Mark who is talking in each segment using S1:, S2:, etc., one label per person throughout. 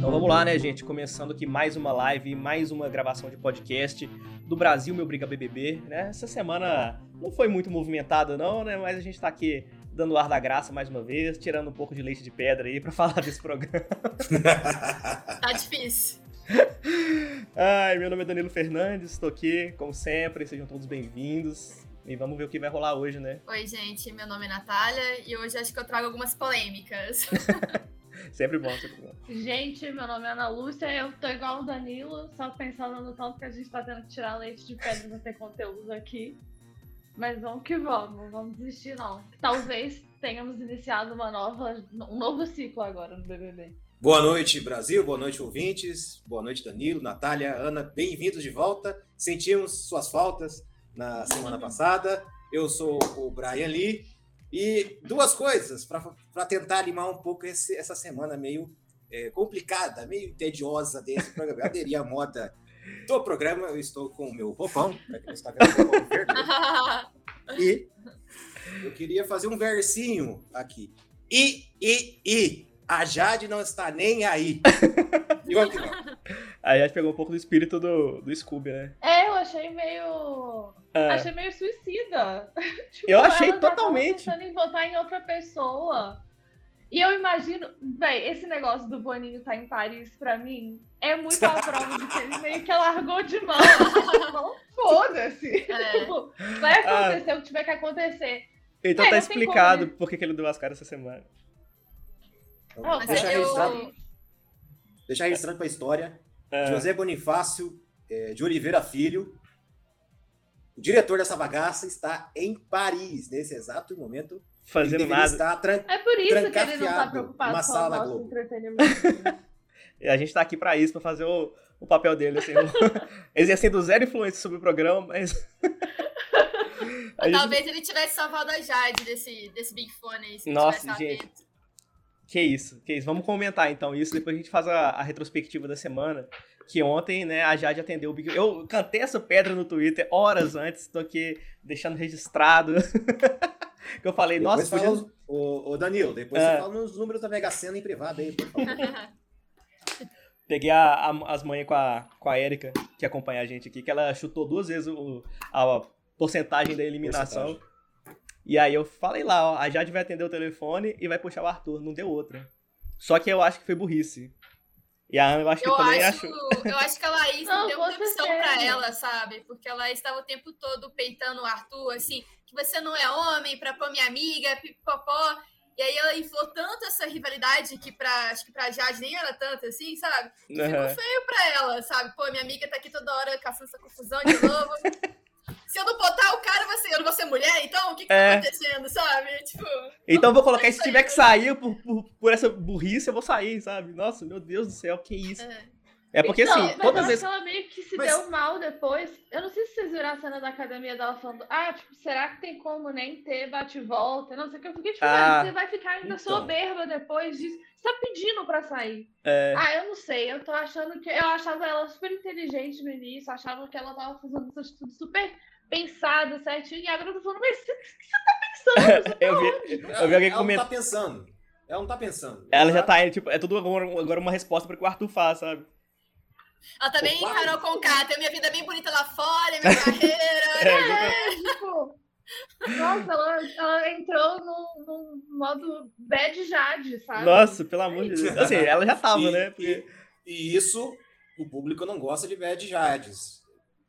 S1: Vamos lá, né, gente? Começando aqui mais uma live, mais uma gravação de podcast do Brasil Meu Briga BBB, né? Essa semana não foi muito movimentada não, né? Mas a gente tá aqui dando o ar da graça mais uma vez, tirando um pouco de leite de pedra aí pra falar desse programa.
S2: Tá difícil.
S1: Ai, meu nome é Danilo Fernandes, tô aqui, como sempre, sejam todos bem-vindos. E vamos ver o que vai rolar hoje, né?
S2: Oi, gente. Meu nome é Natália e hoje acho que eu trago algumas polêmicas.
S1: Sempre bom, sempre bom.
S3: Gente, meu nome é Ana Lúcia, eu tô igual o Danilo, só pensando no tanto que a gente tá tendo que tirar leite de pedra pra ter conteúdo aqui. Mas vamos que vamos, vamos desistir não. Talvez tenhamos iniciado uma nova, um novo ciclo agora no BBB.
S4: Boa noite, Brasil. Boa noite, ouvintes. Boa noite, Danilo, Natália, Ana. Bem-vindos de volta. Sentimos suas faltas na semana passada. Eu sou o Brian Lee. E duas coisas para tentar limar um pouco esse- essa semana meio é, complicada, meio tediosa desse programa. Eu aderi à moda do programa. Eu estou com o meu roupão, né, para quem não está vendo, o roupão verde. E eu queria fazer um versinho aqui. E, e, e. A Jade não está nem aí. Igual que não.
S1: Aí a gente pegou um pouco do espírito do, do Scooby, né?
S3: É, eu achei meio.
S1: Ah,
S3: Achei meio suicida. Tipo,
S1: Eu achei
S3: ela já tava
S1: totalmente.
S3: pensando em votar em outra pessoa. E eu imagino, véi, esse negócio do Boninho tá em Paris pra mim é muito a prova de que ele meio que largou de mão. Não foda-se.
S2: É.
S3: Tipo, vai acontecer o que tiver que acontecer.
S1: então
S3: é,
S1: tá
S3: não tem
S1: explicado
S3: como,
S1: por que que ele deu as caras essa semana.
S4: Então,
S3: Ah,
S2: Mas
S4: deixa,
S3: eu-
S4: registrado, deixa registrado para a história.
S1: Ah,
S4: José Bonifácio eh, de Oliveira Filho, o diretor dessa bagaça, está em Paris nesse exato momento. Ele
S1: fazendo
S4: deveria
S1: nada.
S4: estar tran-
S3: É por isso que ele não tá
S4: Trancafiado,
S3: preocupado
S4: uma
S3: com o
S4: sala
S3: nosso
S4: Globo.
S3: entretenimento.
S1: E A gente tá aqui pra isso, pra fazer o, o papel dele, assim. exercendo zero influência sobre o programa, mas. A gente-
S2: Talvez ele tivesse salvado a Jade desse, desse Big Fone aí. Se ele
S1: Nossa,
S2: tivesse
S1: gente.
S2: atento.
S1: Que isso, que isso. Vamos comentar então isso, depois a gente faz a, a retrospectiva da semana. Que ontem, né, a Jade atendeu o Big Eu cantei essa pedra no Twitter horas antes, tô aqui deixando registrado. que eu falei,
S4: Depois
S1: nossa, podia...
S4: fala os- Ô, ô, Danilo, depois
S1: Ah.
S4: você fala nos números da Mega Sena em privado aí, por favor.
S1: Peguei a- a- as manhas com a, com a Erika, que acompanha a gente aqui, que ela chutou duas vezes o, a porcentagem da eliminação. E aí eu falei lá, ó, a Jade vai atender o telefone e vai puxar o Arthur, não deu outra. Só que eu acho que foi burrice. E a Ana, eu acho que
S2: Eu
S1: também
S2: acho,
S1: achou.
S2: eu acho que a Laís não,
S3: Não,
S2: deu
S3: com
S2: muita opção
S3: certeza.
S2: pra ela, sabe? Porque a Laís estava o tempo todo peitando o Arthur, assim, que você não é homem, pra pôr minha amiga, pipopó. E aí ela inflou tanto essa rivalidade que pra, acho que pra Jade nem era tanto assim, sabe?
S4: Uhum.
S1: Aham.
S2: feio pra ela, sabe? Pô, minha amiga tá aqui toda hora caçando essa confusão de novo. Se eu não botar o cara, você, eu não vou ser mulher, então? O que, que
S1: É.
S2: tá acontecendo, sabe? Tipo,
S1: Então eu vou colocar, e se tiver que sair por, por, por essa burrice, eu vou sair, sabe? Nossa, meu Deus do céu, que isso.
S2: é.
S1: É porque
S3: Então,
S1: assim,
S3: mas eu
S1: todas
S3: acho
S1: as vezes.
S3: que ela meio que se
S4: Mas-
S3: deu mal depois. Eu não sei se vocês viram a cena da academia dela falando, ah, tipo, será que tem como nem ter bate-volta? Não sei o que. Eu fiquei tipo,
S1: Ah,
S3: ah, você vai ficar ainda
S4: então.
S3: soberba depois disso. Você tá pedindo pra sair.
S1: É.
S3: Ah, eu não sei. Eu tô achando que. Eu achava ela super inteligente no início, achava que ela tava fazendo isso tudo super pensado, certinho. E agora eu tô falando, mas o que você tá pensando?
S1: Eu vi, eu vi alguém
S4: ela não
S1: comentando.
S4: tá pensando. Ela não tá pensando.
S1: Ela já tá aí, tipo, é tudo agora agora uma resposta pra que o Arthur faz, sabe?
S2: Ela também
S4: Pô,
S2: encarou com o cara, tem minha vida bem bonita lá fora, minha carreira.
S1: É, exatamente.
S3: Tipo, Nossa, ela, ela entrou num, num modo bad jade, sabe?
S1: Nossa, pelo amor de Deus. Assim, ela já tava,
S4: E-
S1: né? Porque...
S4: E isso, o público não gosta de Bad Jades.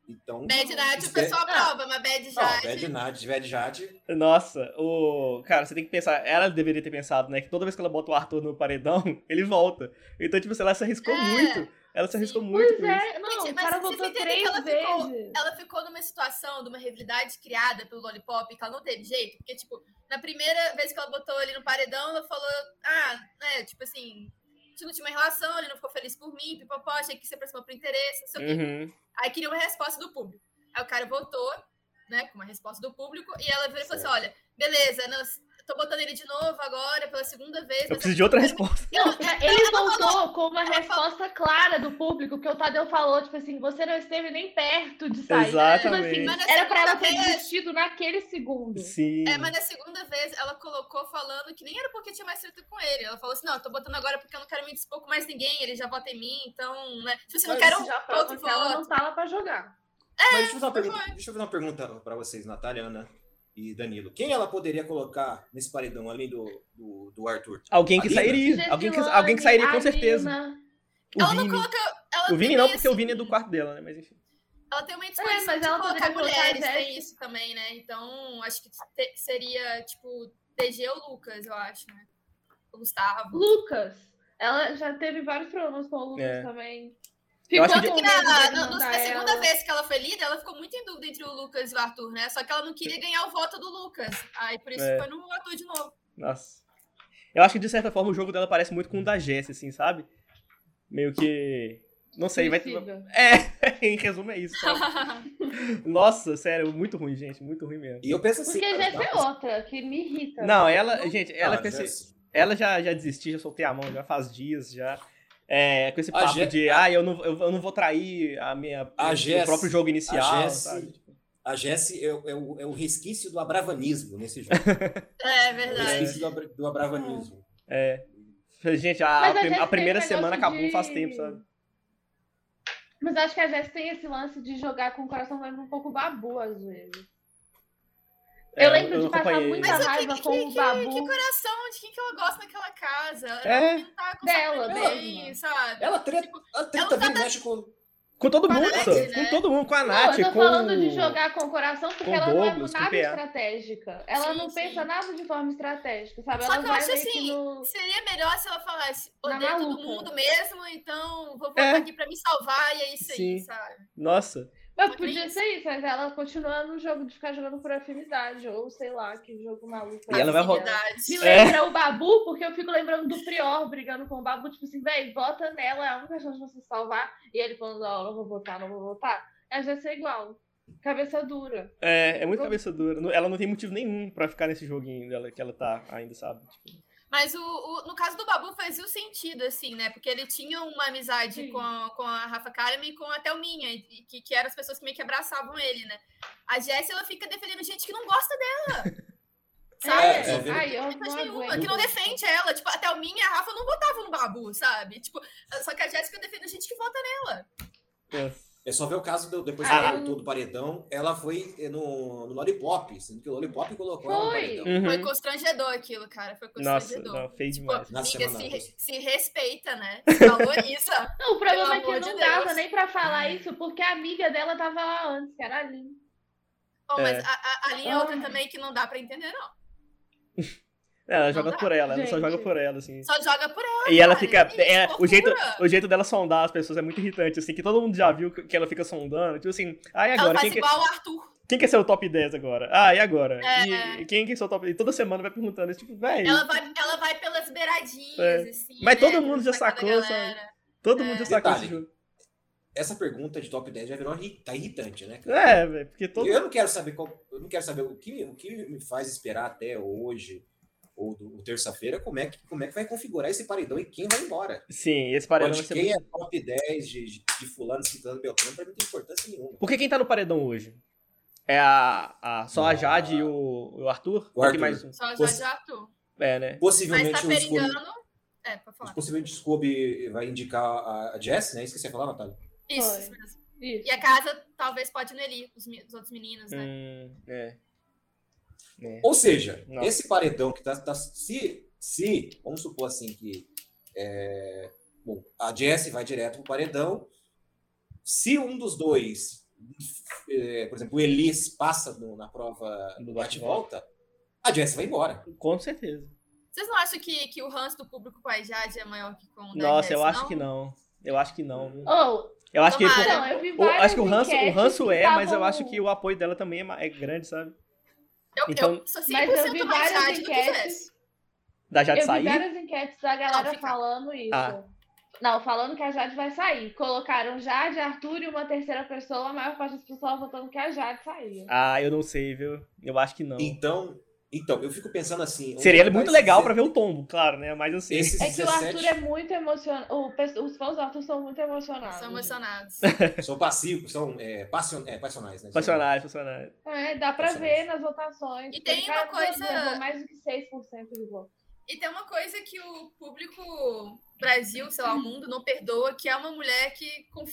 S4: Então.
S2: Bad Night, o
S4: isso
S2: pessoal
S4: é- Ah,
S2: aprova, mas Bad
S4: Não,
S2: Jade.
S4: Bad Jade, Bad Jade.
S1: Nossa, o. Cara, você tem que pensar. Ela deveria ter pensado, né? Que toda vez que ela bota o Arthur no paredão, ele volta. Então, tipo, assim, ela se arriscou
S2: É.
S1: muito. Ela se arriscou muito
S3: Pois
S1: com isso.
S3: é, não,
S2: Gente,
S3: o
S2: mas
S3: cara
S2: vocês
S3: voltou
S2: entenderam que
S3: três
S2: ela ficou-
S3: vezes.
S2: ela ficou numa situação de uma rivalidade criada pelo Lollipop que ela não teve jeito, porque, tipo, na primeira vez que ela botou ele no paredão, ela falou, ah, né, tipo assim, a gente não tinha uma relação, ele não ficou feliz por mim, pipopó, achei que se aproximou por interesse, não sei o quê.
S1: Uhum.
S2: Aí queria uma resposta do público. Aí o cara votou, né, com uma resposta do público, e ela virou e falou assim: olha, beleza, não, tô botando ele de novo agora, pela segunda vez.
S1: Eu preciso de outra resposta.
S3: Não, é, ele voltou com uma resposta clara do público, porque o Tadeu falou, tipo assim, você não esteve nem perto de sair. Tipo assim,
S1: Exatamente.
S2: Mas tá na
S3: era pra ela ter
S2: segunda vez-
S3: desistido naquele segundo.
S1: Sim.
S2: É, mas na segunda vez ela colocou falando que nem era porque tinha mais treta com ele. Ela falou assim: não, eu tô botando agora porque eu não quero me dispor com mais ninguém, ele já vota em mim, então, né? Tipo assim, eu não
S4: Mas
S2: quero
S3: Isso já prova
S2: outro
S3: que ela
S2: voto.
S3: não tá lá pra jogar.
S4: Mas deixa eu fazer uma
S2: foi.
S4: pergunta, deixa eu fazer uma pergunta para vocês, Natália, Ana e Danilo. Quem ela poderia colocar nesse paredão além do, do, do Arthur?
S1: Alguém que
S4: Alina?
S1: sairia. Alguém que,
S3: Gessilane,
S1: alguém que sairia com
S3: a
S1: certeza.
S3: Nina.
S1: O
S2: Ela não
S1: Vini.
S2: coloca. Ela
S1: O Vini
S2: tem
S1: não,
S2: meio
S1: porque o
S2: assim-
S1: Vini é do quarto dela, né? Mas enfim.
S2: Ela tem uma
S3: É,
S2: disposição
S3: mas
S2: de
S3: ela
S2: colocar
S3: poderia colocar
S2: mulheres,
S3: as
S2: tem
S3: dez.
S2: isso também, né? Então, acho que te- seria, tipo, TG ou Lucas, eu acho, né? O Gustavo.
S3: Lucas. Ela já teve vários problemas com o Lucas
S1: É.
S3: também.
S1: Eu acho
S2: Tanto
S1: que-
S2: que
S3: com
S2: na,
S3: medo dele
S2: na-
S3: mandar
S2: na segunda
S3: ela.
S2: vez que ela foi líder, ela ficou muito em dúvida entre o Lucas e o Arthur, né? Só que ela não queria ganhar o voto do Lucas. Aí por isso
S1: É.
S2: foi no Arthur de novo.
S1: Nossa. Eu acho que, de certa forma, o jogo dela parece muito com o da Jess, assim, sabe? Meio que. Não sei, vai.
S3: Suicida.
S1: É, em resumo é isso. sabe? Nossa, sério, muito ruim, gente. Muito ruim mesmo.
S4: E eu penso assim.
S3: Porque a
S4: cara,
S3: Jéssica é
S4: dá-
S3: outra, que me irrita.
S2: Tá
S1: Não, ela, gente, ela, é
S4: Ah,
S1: com esse-
S4: Jéssica.
S1: ela já, já desistiu, já soltei a mão, já faz dias, já. É, com esse
S4: A
S1: papo
S4: Jé-
S1: de, ah, eu não, eu, eu não vou trair a minha,
S4: A
S1: o
S4: Jess-
S1: próprio jogo inicial,
S4: a Jess-
S1: sabe?
S4: A Jessie é, o- é o, é o resquício do abravanismo nesse jogo.
S2: É
S4: É o
S2: verdade.
S4: resquício do, abra- do abravanismo.
S1: É. Gente, a,
S3: Mas
S1: a prim- a
S3: Jéssica tem
S1: primeira
S3: esse
S1: semana
S3: um negócio
S1: acabou faz
S3: de-
S1: tempo, sabe?
S3: Mas eu acho que a Jéssica tem esse lance de jogar com o coração lembra um pouco o Babu, às vezes.
S1: É,
S3: eu lembro
S1: não
S3: de passar
S1: acompanhei.
S3: muita
S2: Mas o que-
S3: raiva
S2: que-
S3: com
S2: que-
S3: o
S2: que-
S3: Babu.
S2: que coração de quem que ela gosta naquela casa. Ela
S1: É.
S2: não tá com
S3: Dela
S2: bem,
S3: mesma.
S2: sabe?
S4: Ela treta, ela treta vira e mexe com.
S1: Com todo
S2: Com a
S1: mundo,
S2: Nath,
S1: sabe?
S2: né?
S1: com todo mundo, com a
S3: Não,
S1: Nath,
S3: eu tô
S1: com...
S3: falando de jogar com o coração porque
S1: com
S3: ela
S1: Douglas, com
S3: não é nada
S1: PA.
S3: estratégica. Ela
S2: Sim,
S3: não
S2: sim.
S3: pensa nada de forma estratégica, sabe?
S2: Só
S3: ela
S2: que eu
S3: vai
S2: acho
S3: meio que
S2: assim,
S3: no-
S2: Seria melhor se ela falasse,
S3: Na
S2: odeio todo
S3: Tá maluca.
S2: mundo mesmo, então vou
S1: É.
S2: voltar aqui pra me salvar, e é isso aí,
S1: Sim.
S2: sabe?
S1: Nossa,
S3: Mas podia ser isso, mas ela continua no jogo de ficar jogando por afinidade, ou sei lá, que jogo maluco. é
S1: E ela vai ro-
S3: Me
S2: Afinidade.
S1: É.
S3: lembra o Babu, porque eu fico lembrando do Prior brigando com o Babu, tipo assim, véi, vota nela, é a única chance de você salvar. E ele falando, ó, não vou votar, não vou votar. Às vezes é igual. Cabeça dura.
S1: é, é muito cabeça dura. Não- Ela não tem motivo nenhum pra ficar nesse joguinho dela que ela tá ainda, sabe? Tipo,
S2: Mas o, o- no caso do Babu fazia o sentido, assim, né? Porque ele tinha uma amizade
S3: Sim.
S2: com a, com a Rafa Kalimann e com até o Minha, e- e que, que eram as pessoas que meio que abraçavam ele, né? A Jessie, ela fica defendendo gente que não gosta dela. Sabe?
S4: É,
S3: É, ai, eu
S2: Não
S3: não
S2: tem coisa nenhuma,
S3: aguento.
S2: que não defende ela. Tipo, até o Minha e a Rafa não votavam no Babu, sabe? Tipo, só que a Jéssica defende gente que vota
S1: é.
S4: É só ver o caso do, depois que
S3: Ah.
S4: ela voltou do paredão, ela foi eh, no, no Lollipop, sendo que o Lollipop colocou ela no
S3: Foi.
S4: paredão.
S1: Uhum.
S2: Foi constrangedor aquilo, cara. Foi
S1: Nossa,
S2: constrangedor.
S1: não, feio
S2: Tipo,
S1: demais.
S4: Na
S2: amiga,
S4: semana
S2: se,
S4: antes.
S2: se respeita, né? Se valoriza.
S3: Não, o problema é
S2: Pelo
S3: que
S2: amor
S3: não
S2: de
S3: dava
S2: Deus.
S3: nem pra falar
S1: É.
S3: isso, porque a amiga dela tava lá antes, que era a Aline.
S2: Bom,
S1: É.
S2: mas a, a, a linha é outra
S3: Ai.
S2: também que não dá pra entender, não.
S1: É, Ela
S2: não
S1: joga
S2: dá,
S1: por ela, ela só
S3: gente.
S1: joga por ela, assim.
S2: Só joga por ela. né?
S1: E ela
S2: cara,
S1: fica.
S2: que
S1: é, o,
S2: fofura.
S1: jeito, o jeito dela sondar as pessoas é muito irritante, assim, que todo mundo já viu que que ela fica sondando. Tipo assim, ah, e
S2: Ela
S1: agora? Quem
S2: faz
S1: que,
S2: igual o Arthur.
S1: quem que é seu top 10 agora? Ah, e agora?
S2: É.
S1: E, e quem que é seu top 10? E toda semana vai perguntando, isso, tipo, velho.
S2: Ela vai, ela vai pelas beiradinhas,
S1: É.
S2: assim.
S1: Mas
S2: né,
S1: todo mundo já
S2: sacando a
S1: sacou,
S2: galera.
S1: Todo mundo
S2: é.
S1: já sacou
S4: Detalhe.
S1: esse jogo.
S4: Essa pergunta de top 10 já virou irri- tá irritante, né? cara?
S1: É, velho, porque todo.
S4: Eu não quero saber qual, eu não quero saber o que, o que me faz esperar até hoje ou do- ou terça-feira, como é que como é que vai configurar esse paredão e quem vai embora?
S1: Sim, esse paredão
S4: Pode,
S1: vai ser
S4: quem
S1: muito...
S4: é top 10 de, de, de fulano, citando Beltrano, pra mim não tem importância nenhuma.
S1: Porque quem tá no paredão hoje? É a. a- só a Jade e o, o Arthur?
S4: O
S1: Ou tem
S4: Arthur.
S1: mais um?
S2: Só já
S4: Você-
S2: já Arthur.
S1: É, né?
S2: Mas
S4: Possivelmente
S2: tá
S4: o Scooby,
S2: perigando. É, pra falar.
S4: possivelmente o Scooby vai indicar a, a Jess, né? Isso que você ia falar, Natália.
S2: Isso,
S3: Foi.
S2: isso mesmo.
S3: Isso.
S2: E a casa talvez pode ir no Eli, os, me- os outros meninos, né?
S1: Hum, é. É.
S4: Ou seja,
S1: Não.
S4: esse paredão que tá, tá- se, se, vamos supor assim que é, bom, a Jess vai direto pro paredão, se um dos dois, é, por exemplo, o Elis passa no- na prova
S1: Do
S4: do
S1: bate-volta.
S4: bate-volta, a Jess vai embora.
S1: Com certeza.
S2: Vocês não acham que, que o ranço do público com a Jade é maior que com o da
S1: Nossa, eu
S2: Jess,
S1: acho que não. Eu acho que não. viu?
S3: Ou,
S1: Eu acho que.
S2: Tomara.
S3: não, Oh, então, eu vi
S1: Eu
S3: várias
S1: acho que o ranço, o
S3: enquetes
S1: ranço
S3: que
S1: é, mas eu
S3: estavam-
S1: acho que o apoio dela também é ma- é grande, sabe?
S2: Eu,
S1: Então-
S2: eu sou 100%
S3: Mas eu vi
S2: mais
S3: várias
S2: Jade do que
S3: enquetes.
S2: Jess.
S1: Da
S3: Eu
S1: Jade
S3: vi
S1: Tá sair.
S3: várias enquetes da galera
S2: Não, fica.
S3: falando isso.
S1: Ah.
S3: Não, falando que a Jade vai sair. Colocaram Jade, Arthur e uma terceira pessoa, a maior parte das pessoas votando que a Jade saía.
S1: Ah, eu não sei, viu? Eu acho que não.
S4: Então, Então, eu fico pensando assim.
S1: Seria muito legal pra
S4: para
S1: ver o tombo, claro, né? Mas assim.
S4: Esses
S3: É que o Arthur
S4: 17
S3: é muito emocionado. Os fãs do Arthur são muito emocionados.
S2: São emocionados.
S4: são passivos, são é, passion, é, passionais, né?
S1: Funcionário, funcionário.
S3: É, dá pra ver nas votações.
S2: E tem
S3: Ele
S2: uma
S3: tá-
S2: coisa-
S3: levou mais do que 6% de voto.
S2: E tem uma coisa que o público Brasil, sei lá, o mundo não perdoa, que é uma mulher que conf-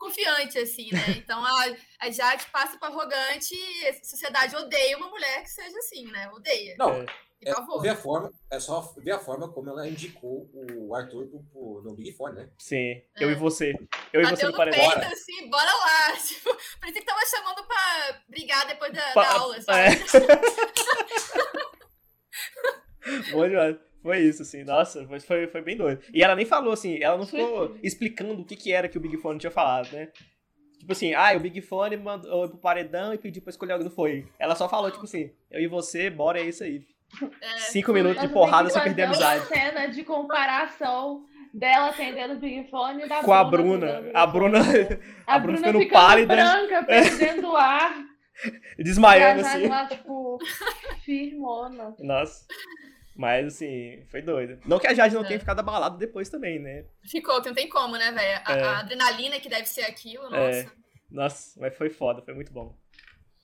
S2: confiante, assim, né? Então a, a Jade passa pra arrogante e a sociedade odeia uma mulher que seja assim, né? Odeia.
S4: Não,
S1: É.
S2: E favor.
S4: Ver a forma, é só ver a forma como ela indicou o Arthur pro- pro- no Big Four, né?
S1: Sim,
S3: É.
S1: eu e você. Eu e você
S2: Bateu
S1: no
S2: no
S1: paredão.
S2: peito, assim, bora lá. Tipo, parecia que tava chamando pra brigar depois da,
S1: Pa-
S2: da aula, sabe?
S1: É. Bom demais. Foi isso, assim, nossa, foi- foi, foi bem doido. E ela nem falou, assim, ela não ficou
S3: Sim.
S1: explicando o que, que era que o Big Fone tinha falado, né? Tipo assim, ah, o Big Fone mandou eu pro paredão e pediu pra escolher alguém, não foi. Ela só falou, tipo assim, eu e você, bora, é isso aí.
S2: É,
S1: Cinco
S2: foi.
S1: minutos
S3: Nós
S1: de porrada
S3: temos
S1: sem
S3: que
S1: perder a
S3: fazer uma
S1: amizade.
S3: cena de comparação dela atendendo o Big Fone né? e da
S1: Com a Bruna.
S3: atendendo o
S1: A
S3: Big
S1: Bruna
S3: Fone.
S1: a Bruna
S3: A Bruna
S1: ficando
S3: ficando
S1: pálida.
S3: branca, perdendo o ar. E a
S1: desmaiando,
S3: Jade
S1: assim.
S3: lá, tipo, firmona.
S1: Nossa. Mas, assim, foi doido. Não que a Jade não
S2: É.
S1: tenha ficado abalada depois também, né?
S2: Ficou, que não tem como, né, velho? A,
S1: É.
S2: a adrenalina que deve ser aquilo,
S1: É.
S2: nossa.
S1: Nossa, mas foi foda, foi muito bom.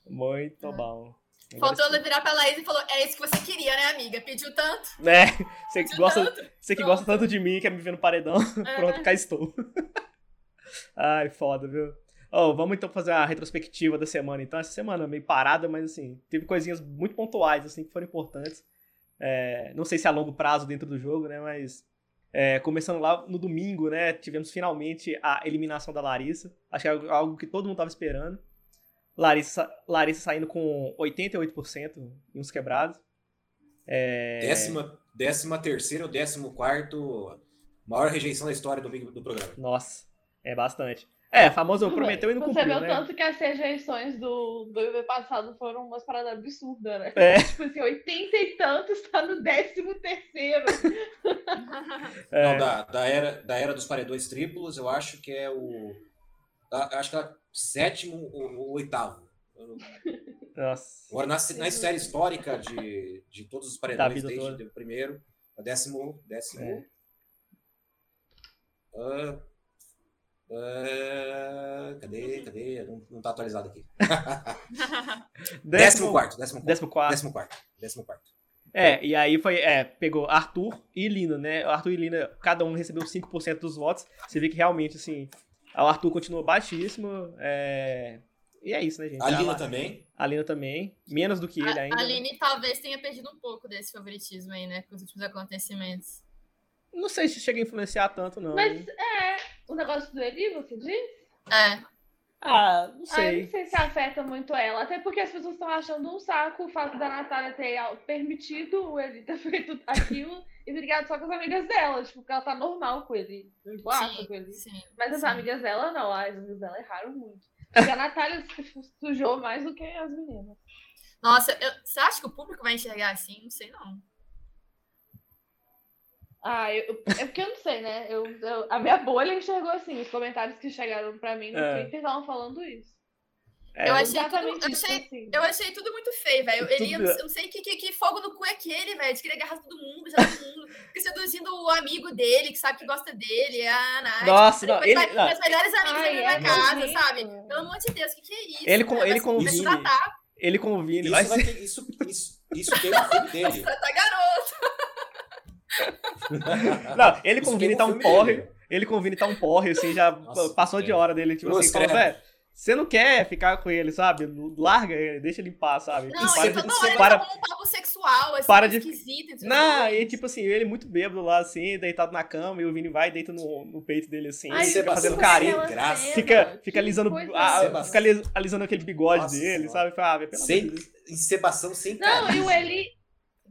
S1: Muito
S2: É.
S1: bom. Agora
S2: Faltou
S1: sim.
S2: ela virar pra Laís e falou: é isso que você queria, né, amiga? Pediu tanto.
S1: Né? Você que
S2: Pediu
S1: gosta,
S2: tanto.
S1: você que gosta tanto de mim, quer me ver no paredão.
S2: É.
S1: Pronto, cá estou. Ai, foda, viu? Ó, vamos então fazer a retrospectiva da semana. Então, essa semana meio parada, mas assim, teve coisinhas muito pontuais, assim, que foram importantes. É, não sei se a longo prazo dentro do jogo, né? Mas é, começando lá no domingo, né? Tivemos finalmente a eliminação da Larissa. Acho que é algo que todo mundo tava esperando. Larissa, Larissa saindo com 88% e uns quebrados.
S4: Décima, décima terceira ou décimo quarto maior rejeição da história do, Big- do programa.
S1: Nossa, é bastante. É, famoso
S3: Tudo
S1: prometeu e
S3: bem.
S1: não
S3: Você
S1: cumpriu,
S3: viu
S1: né?
S3: tanto que as rejeições do, do IB passado foram umas paradas absurdas, né?
S1: É.
S3: Tipo assim, 80 e tantos tá no 13 terceiro.
S1: É.
S4: Não, da, da era, da era dos paredões triplos, eu acho que é o. a- acho que é sétimo ou, ou oitavo.
S1: Nossa.
S4: Agora, na, na série histórica de, de todos os
S1: Da
S4: paredões,
S1: vida toda.
S4: desde o primeiro, a décimo. décimo
S1: É.
S4: Ah, ah, cadê? Cadê? Não, não tá atualizado aqui. Décimo quarto, décimo quarto.
S1: Décimo quarto.
S4: Décimo quarto. Décimo quarto.
S1: É, e aí foi, é, pegou Arthur e Lina, né? Arthur e Lina, cada um recebeu 5% dos votos. Você vê que realmente, assim, o Arthur continua baixíssimo. é, E é isso, né, gente?
S4: A Lina
S1: La-
S4: também.
S1: a Lina também. Menos do que ele ainda.
S2: A
S1: né?
S2: Aline talvez tenha perdido um pouco desse favoritismo aí, né? Com os últimos acontecimentos.
S1: Não sei se chega a influenciar tanto, não.
S3: Mas
S1: hein?
S3: é, o negócio do Eli, você diz?
S2: É.
S1: Ah, não
S3: Ah, eu não
S1: sei.
S3: sei se afeta muito ela. Até porque as pessoas estão achando um saco o fato da Natália ter al- permitido o Eli ter feito aquilo e ter ligado só com as amigas dela. Tipo, porque ela tá normal com ele. Boata
S2: sim,
S3: com ele.
S2: sim.
S3: Mas as
S2: Sim.
S3: amigas dela não, as amigas dela erraram muito. Porque a Natália se sujou mais do que as meninas.
S2: Nossa, eu- você acha que o público vai enxergar assim? Não sei, não.
S3: Ah, eu, é porque eu não sei, né? Eu, eu- a minha bolha enxergou assim. Os comentários que chegaram pra mim no
S1: É.
S3: Twitter estavam falando isso.
S1: É,
S2: Eu achei tudo-
S3: Exatamente
S2: eu
S3: isso,
S2: achei-
S3: assim.
S2: Eu achei tudo muito feio, velho. Ele, eu, não-
S1: Tudo-
S2: eu não sei que, que, que fogo no cu é aquele, velho. De querer agarrar todo mundo, já todo mundo. Fica seduzindo o amigo dele, que sabe que gosta dele, é a Nath.
S1: Nossa, não,
S2: Mas
S1: ele-
S2: vai-
S1: não.
S2: Os melhores amigos
S3: Ai,
S2: dele
S3: é
S2: na casa,
S3: nojento.
S2: sabe? Pelo amor de Deus, o que, que é isso?
S1: Ele com-
S2: cara?
S1: ele
S2: Vai- vai se
S4: convive.
S2: tratar,
S1: Ele convida.
S4: Isso,
S1: Vai...
S4: vai ter- isso, isso, isso queima o filme
S2: vai se
S4: dele.
S2: tratar tá, garoto.
S1: Não, ele
S4: Isso
S1: convida e
S4: queima
S1: tá
S4: o
S1: um
S4: filme
S1: porre.
S4: dele.
S1: Ele convida e tá um porre, assim, já
S4: Nossa,
S1: passou de
S4: é.
S1: hora dele. Tipo
S4: Ô,
S1: assim, cara,
S4: Estrela.
S1: velho, você não quer ficar com ele, sabe? Larga ele, deixa ele em paz, sabe? Tipo,
S2: Não,
S1: para,
S2: ele
S4: de-
S2: toda
S4: isso
S2: hora ele
S1: para-
S2: tá com um papo sexual, assim,
S1: Para de-
S2: esquisito. entre os
S1: Não,
S2: dois.
S1: e tipo assim, ele muito bêbado lá, assim, deitado na cama, e o Vini vai e deita no, no peito dele, assim,
S4: Ai,
S1: fica
S4: Sebastião,
S1: fazendo
S4: que
S1: carinho.
S4: aquela graça. cena,
S1: Fica, fica alisando,
S3: é.
S1: a-
S4: Sebastião.
S1: fica alis- alisando aquele bigode
S4: Nossa
S1: dele,
S4: Senhora.
S1: sabe? Fala, Ah, velho, pelo amor de
S4: Sem,
S1: Deus.
S4: encebação sem
S3: Não, e o
S4: camisa.
S3: Eli,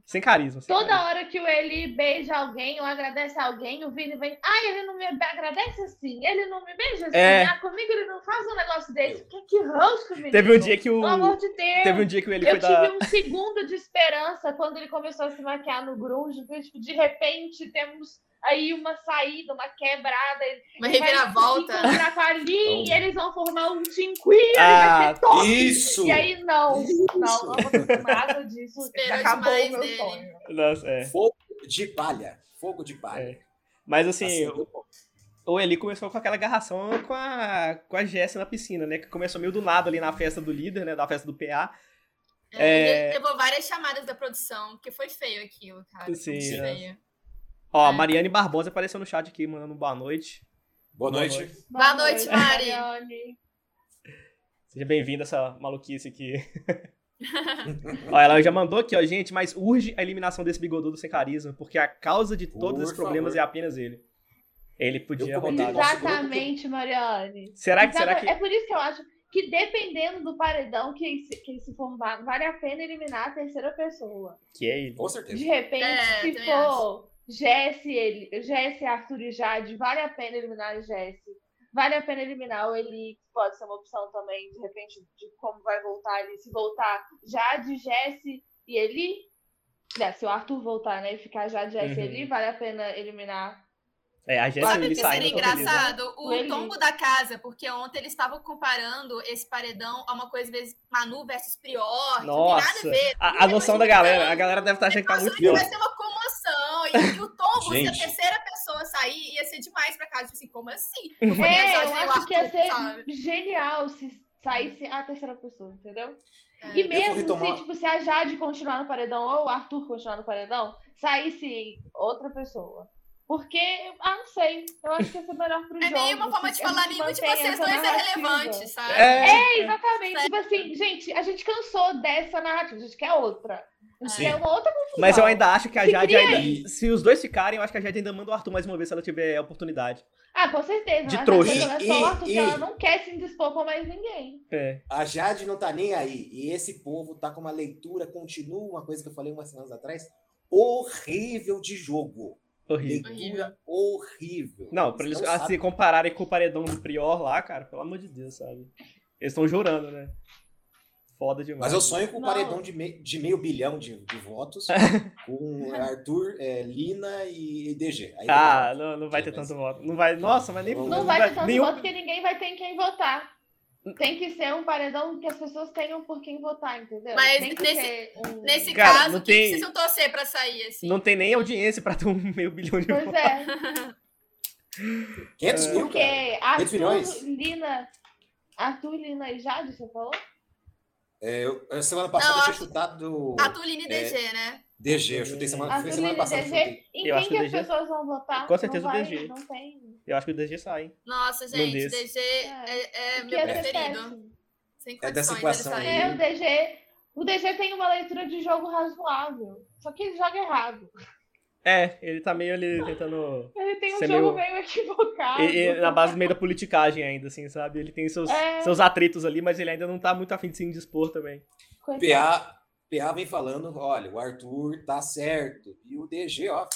S1: Sem carisma. sem
S3: toda
S1: carisma.
S3: hora que o Eli beija alguém ou agradece alguém, o Vini vem. Ai, ele não me agradece assim, ele não me beija assim.
S1: É.
S3: Ah, comigo ele não faz um negócio desse. Que, que ranço, menino.
S1: Teve um dia que o.
S3: Pelo amor de Deus.
S1: Teve um dia que ele foi
S3: eu tive
S1: dar.
S3: um segundo de esperança quando ele começou a se maquiar no grunge, porque, tipo, de repente temos aí uma saída, uma quebrada. Ele
S2: Uma
S3: vai
S2: reviravolta.
S3: se encontrar com a Lin,
S4: Não.
S3: eles vão formar um time queen,
S1: Ah,
S3: ele vai ser top.
S4: Isso!
S3: E aí, não, não, não aconteceu nada disso.
S2: Esperou
S3: Acabou o
S2: demais
S3: meu
S2: dele.
S3: sonho.
S1: Nossa, é.
S4: Fogo de palha. Fogo de palha.
S1: Mas assim,
S4: Acendeu o-
S1: o Eli começou com aquela agarração com a, com a Jéssica na piscina, né? Que começou meio do nada ali na festa do líder, né? Da festa do PA. É.
S2: Ele levou várias chamadas da produção, porque foi feio aquilo, cara. Foi
S1: Sim,
S2: muito
S1: é.
S2: feio.
S1: Ó, a
S2: É.
S1: Mariane Barbosa apareceu no chat aqui, mandando boa noite.
S4: Boa noite.
S2: Boa noite, Mari.
S3: Mariane.
S1: Seja bem-vinda a essa maluquice aqui. ó, ela já mandou aqui, ó, gente, mas urge a eliminação desse bigodudo sem carisma, porque a causa de todos
S4: Por
S1: esses problemas
S4: favor.
S1: é apenas ele. Ele podia
S4: Eu comentei
S1: rodar.
S4: lá.
S3: Exatamente, Mariane.
S1: Será que,
S3: Exato,
S1: será que.
S3: É por isso que eu acho que dependendo do paredão que se, que se formar, vale a pena eliminar a terceira pessoa.
S1: Que é ele?
S4: Com
S3: De
S4: certeza.
S3: repente,
S2: É,
S3: se
S2: também
S3: for Jesse, ele, Jesse, Arthur e Jade, vale a pena eliminar a Jesse. Vale a pena eliminar o Eli, que pode ser uma opção também, de repente, de como vai voltar ali. Se voltar Jade, Jesse e Eli. né, se o Arthur voltar, né, e ficar Jade, Jesse
S1: Uhum.
S3: e Eli, vale a pena eliminar.
S1: É, a Jéssica
S2: Sabe o
S1: ele
S2: que
S1: saindo. eu
S2: seria
S1: tô feliz, né?
S2: engraçado? O
S3: Ele.
S2: tombo da casa, porque ontem eles estavam comparando esse paredão a uma coisa vezes Manu versus Prior, que não tem nada a
S1: Nossa,
S2: ver.
S1: a, a noção da galera. A galera deve estar achando que tá
S2: Nossa,
S1: muito
S2: que
S1: pior.
S2: vai ser uma comoção. E, e o tombo, se a
S4: Gente.
S2: terceira pessoa sair, ia ser demais pra casa. Tipo assim, como assim?
S3: É,
S2: Mensagem
S3: eu
S2: do
S3: acho que ia
S2: Arthur,
S3: ser um
S2: sabe?
S3: genial se saísse a terceira pessoa, entendeu?
S2: É.
S3: E mesmo se,
S4: retomar-
S3: tipo, se a Jade continuar no paredão ou o Arthur continuar no paredão, saísse outra pessoa. Porque, ah, não sei, eu acho que ia ser melhor pro
S2: É
S3: jogo.
S2: meio uma forma
S3: se
S2: de
S3: a gente
S2: falar, nenhum de
S3: mantém
S2: vocês
S3: essa
S2: dois é
S3: narrativa.
S2: relevante, sabe?
S3: É, exatamente. Tipo assim, gente, a gente cansou dessa narrativa, a gente quer outra. A gente
S2: É.
S4: Sim.
S3: quer uma outra confusão.
S1: Mas eu ainda acho que a
S3: Se
S1: Jade
S3: cria
S1: ainda. Se os dois ficarem, eu acho que a Jade ainda manda o Arthur mais uma vez se ela tiver a oportunidade.
S3: Ah, com certeza.
S1: De
S3: mas
S1: trouxa.
S3: essa pessoa é
S4: E-
S3: só o Arthur,
S4: e-
S3: que ela não quer se indispor com mais ninguém.
S1: É.
S4: A Jade não tá nem aí. E esse povo tá com uma leitura, continua uma coisa que eu falei umas semanas atrás, horrível de jogo.
S1: Horrível.
S4: Leitura horrível.
S1: Não, pra eles ah, se
S4: sabem.
S1: compararem com o paredão do Prior lá, cara, pelo amor de Deus, sabe? Eles estão jurando, né? Foda demais.
S4: Mas eu sonho com um
S3: Não.
S4: paredão de, me- de meio bilhão de, de votos, com Arthur, eh, Lina e DG. Aí tá
S1: Ah,
S4: eu-
S1: não, não vai ter tanto voto. Não vai. Nossa, mas nem.
S4: Não
S3: Não vai ter tanto
S1: nenhum-
S3: voto porque ninguém vai ter em quem votar. Tem que ser um paredão que as pessoas tenham por quem votar, entendeu?
S2: Mas
S3: Tem que
S2: nesse-
S3: ser um...
S2: Nesse
S1: Cara,
S2: caso,
S1: não
S2: quem
S1: tem-
S2: precisam torcer pra sair, assim?
S1: Não tem nem audiência pra ter um meio bilhão de
S3: Pois
S1: votos.
S3: é,
S4: 500 mil, cara.
S3: porque
S4: Quantos milhões?
S3: Arthur, Lina... Arthur, Lina e Jade, você falou?
S4: É, eu- eu semana passada
S2: Não,
S4: eu tinha
S2: Arthur-
S4: chutado
S2: A Tuline DG,
S1: É.
S2: né?
S4: DG. Eu chutei semana, foi
S3: Arthur,
S4: semana
S3: Lina e
S4: passada. que eu chutei.
S3: DG. Em
S1: Eu
S3: quem
S1: acho
S3: que
S1: que o
S3: as
S1: DG
S3: pessoas vão votar?
S1: Com certeza
S3: não
S1: o
S3: vai,
S1: DG.
S3: Não tem.
S1: Eu acho que o DG sai, hein?
S2: Nossa,
S1: Não
S2: gente,
S1: desse.
S2: DG é, é
S3: Que
S2: meu
S3: ia ser
S2: preferido.
S3: péssimo.
S2: Sem
S4: É dessa
S2: condições,
S4: equação
S2: ele sair.
S4: aí.
S3: É, o DG... O DG tem uma leitura de jogo razoável. Só que ele joga errado.
S1: É, ele tá meio ali tentando.
S3: Ele tem um
S1: Você é
S3: jogo
S1: meio-
S3: meio equivocado.
S1: E- e na base do meio da politicagem ainda, assim, sabe? Ele tem seus,
S3: É.
S1: seus atritos ali, mas ele ainda não tá muito afim de se indispor também.
S3: Coitado.
S4: PA, PA vem falando, olha, o Arthur tá certo. E o DG, ó,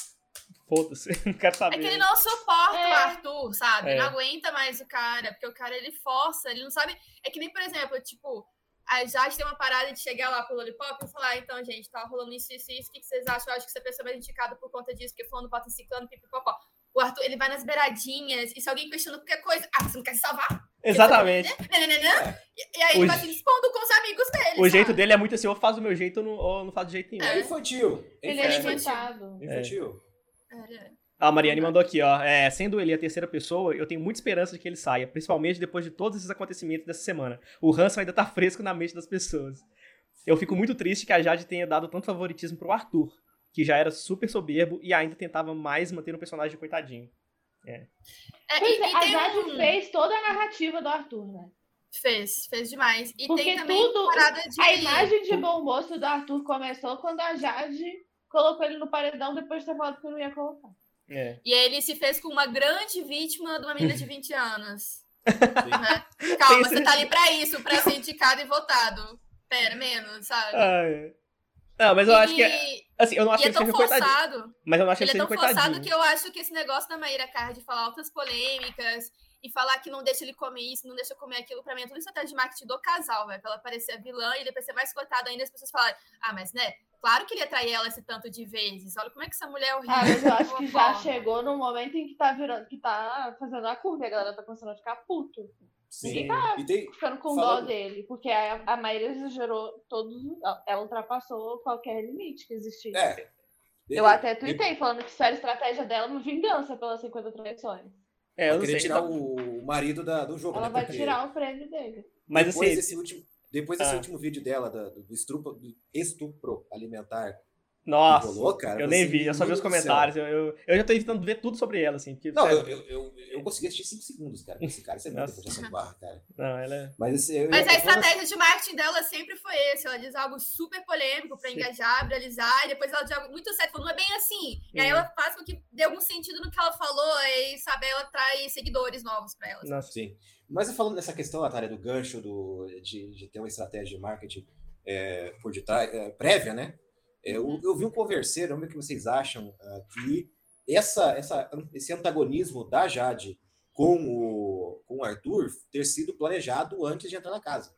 S1: Foda-se, não quero saber.
S2: É que ele não suporta
S3: É.
S2: o Arthur, sabe?
S1: É.
S2: Não aguenta mais o cara, porque o cara ele força, ele não sabe. É que nem, por exemplo, tipo, a Jade tem uma parada de chegar lá pro Lollipop e falar: "Ah, então, gente, tá rolando isso, isso, isso, o que que vocês acham? Eu acho que essa pessoa vai ser indicada por conta disso, porque falando bota em ciclano, pipipopó. O Arthur, ele vai nas beiradinhas, e se alguém questiona qualquer coisa, ah, você não quer se salvar? Né,
S1: Exatamente.
S2: Nananana. E, e aí ele
S1: O
S2: vai
S1: je-
S2: se expondo com os amigos dele.
S1: O
S2: né? sabe?
S1: jeito dele é muito assim, ou faz do meu jeito ou não, ou não faz do jeito nenhum.
S4: é infantil. é
S3: Ele
S2: é
S3: é
S4: infantil.
S2: infantil.
S3: limitado.
S4: infantil.
S2: Cara,
S1: A Mariane mandou aqui, ó. É, sendo ele a terceira pessoa, eu tenho muita esperança de que ele saia, principalmente depois de todos esses acontecimentos dessa semana. O ranço ainda tá fresco na mente das pessoas. Eu fico muito triste que a Jade tenha dado tanto favoritismo pro Arthur, que já era super soberbo e ainda tentava mais manter o personagem de coitadinho.
S2: É,
S3: Pois
S2: e,
S3: é,
S2: e
S3: a
S2: tem
S3: Jade
S2: um...
S3: fez toda a narrativa do Arthur, né?
S2: Fez, fez demais. E
S3: Porque
S2: tem também
S3: tudo-
S2: a parada de.
S3: A imagem de bom moço do Arthur começou quando a Jade colocou ele no paredão depois de ter falado que não ia colocar.
S1: É.
S2: E aí ele se fez com uma grande vítima de uma menina de 20 anos. Né?
S1: Tem
S2: Calma,
S1: esse-
S2: você tá ali pra isso, pra ser indicado e votado. Pera, menos, sabe?
S1: Ah, é. Não, mas eu acho que. é-
S2: E-
S1: Assim, eu não acho
S2: e
S1: que
S2: é
S1: ele
S2: tão
S1: seja coitadinho.
S2: forçado.
S1: Mas eu não acho que
S2: Ele
S1: ele
S2: é tão
S1: seja
S2: forçado
S1: coitadinho.
S2: que eu acho que esse negócio da Maíra Card de falar altas polêmicas e falar que não deixa ele comer isso, não deixa eu comer aquilo, pra mim é tudo estratégia de marketing do casal, velho, pra ela parecer a vilã e depois ser mais cotada ainda, as pessoas falarem, ah, mas né, claro que ele atrai ela esse tanto de vezes, olha como é que essa mulher é horrível.
S3: Ah, mas eu acho que já
S2: Fofoca.
S3: chegou no momento em que tá virando, que tá fazendo a curva e a galera tá começando a ficar puto.
S4: Sim.
S3: tá
S4: E tem,
S3: Ficando com
S4: Falando-
S3: dó dele, porque a, a Maíra exagerou todos. Ela ultrapassou qualquer limite que existia.
S4: é.
S3: Eu até tuitei falando que isso era estratégia dela uma vingança pelas 50 traições.
S1: É, eu
S4: Ela
S1: não sei.
S4: queria tirar
S1: tá-
S4: o marido da- do jogo.
S3: Ela
S4: né,
S3: vai
S4: porque
S3: tirar o prêmio dele.
S1: Mas
S4: depois
S1: assim,
S4: desse último, depois desse
S1: Ah.
S4: último vídeo dela, da- do, estupro, do estupro alimentar que
S1: nossa.
S4: rolou, cara.
S1: Eu nem
S4: assim,
S1: vi, eu só vi
S4: meu
S1: os
S4: Deus do céu.
S1: comentários. Eu, eu, eu já tô evitando ver tudo sobre ela, assim. Porque,
S4: Não,
S1: sério,
S4: eu, eu, eu, eu consegui assistir 5 segundos, cara. Esse cara, isso é muita
S1: Nossa.
S4: puxação de barra, cara.
S1: não, ela é.
S4: Mas, esse- eu-
S2: Mas
S4: eu-
S2: a
S4: eu falo assim,
S2: estratégia de marketing dela sempre foi essa. Ela diz algo super polêmico pra
S1: Sim.
S2: engajar, viralizar, e depois ela diz algo muito certo, falando, não é bem assim. E aí
S1: Uhum.
S2: ela faz com que dê algum sentido no que ela falou, e sabe, ela atrai seguidores novos pra ela.
S1: Nossa.
S4: Sim. Mas eu falando nessa questão, Natália, do gancho, do, de, de ter uma estratégia de marketing é, por detrás, é, prévia, né? É,
S2: Uhum.
S4: eu, eu vi um converseiro, vamos ver o que vocês acham, ah, que essa, essa, esse antagonismo da Jade com o, com o Arthur ter sido planejado antes de entrar na casa.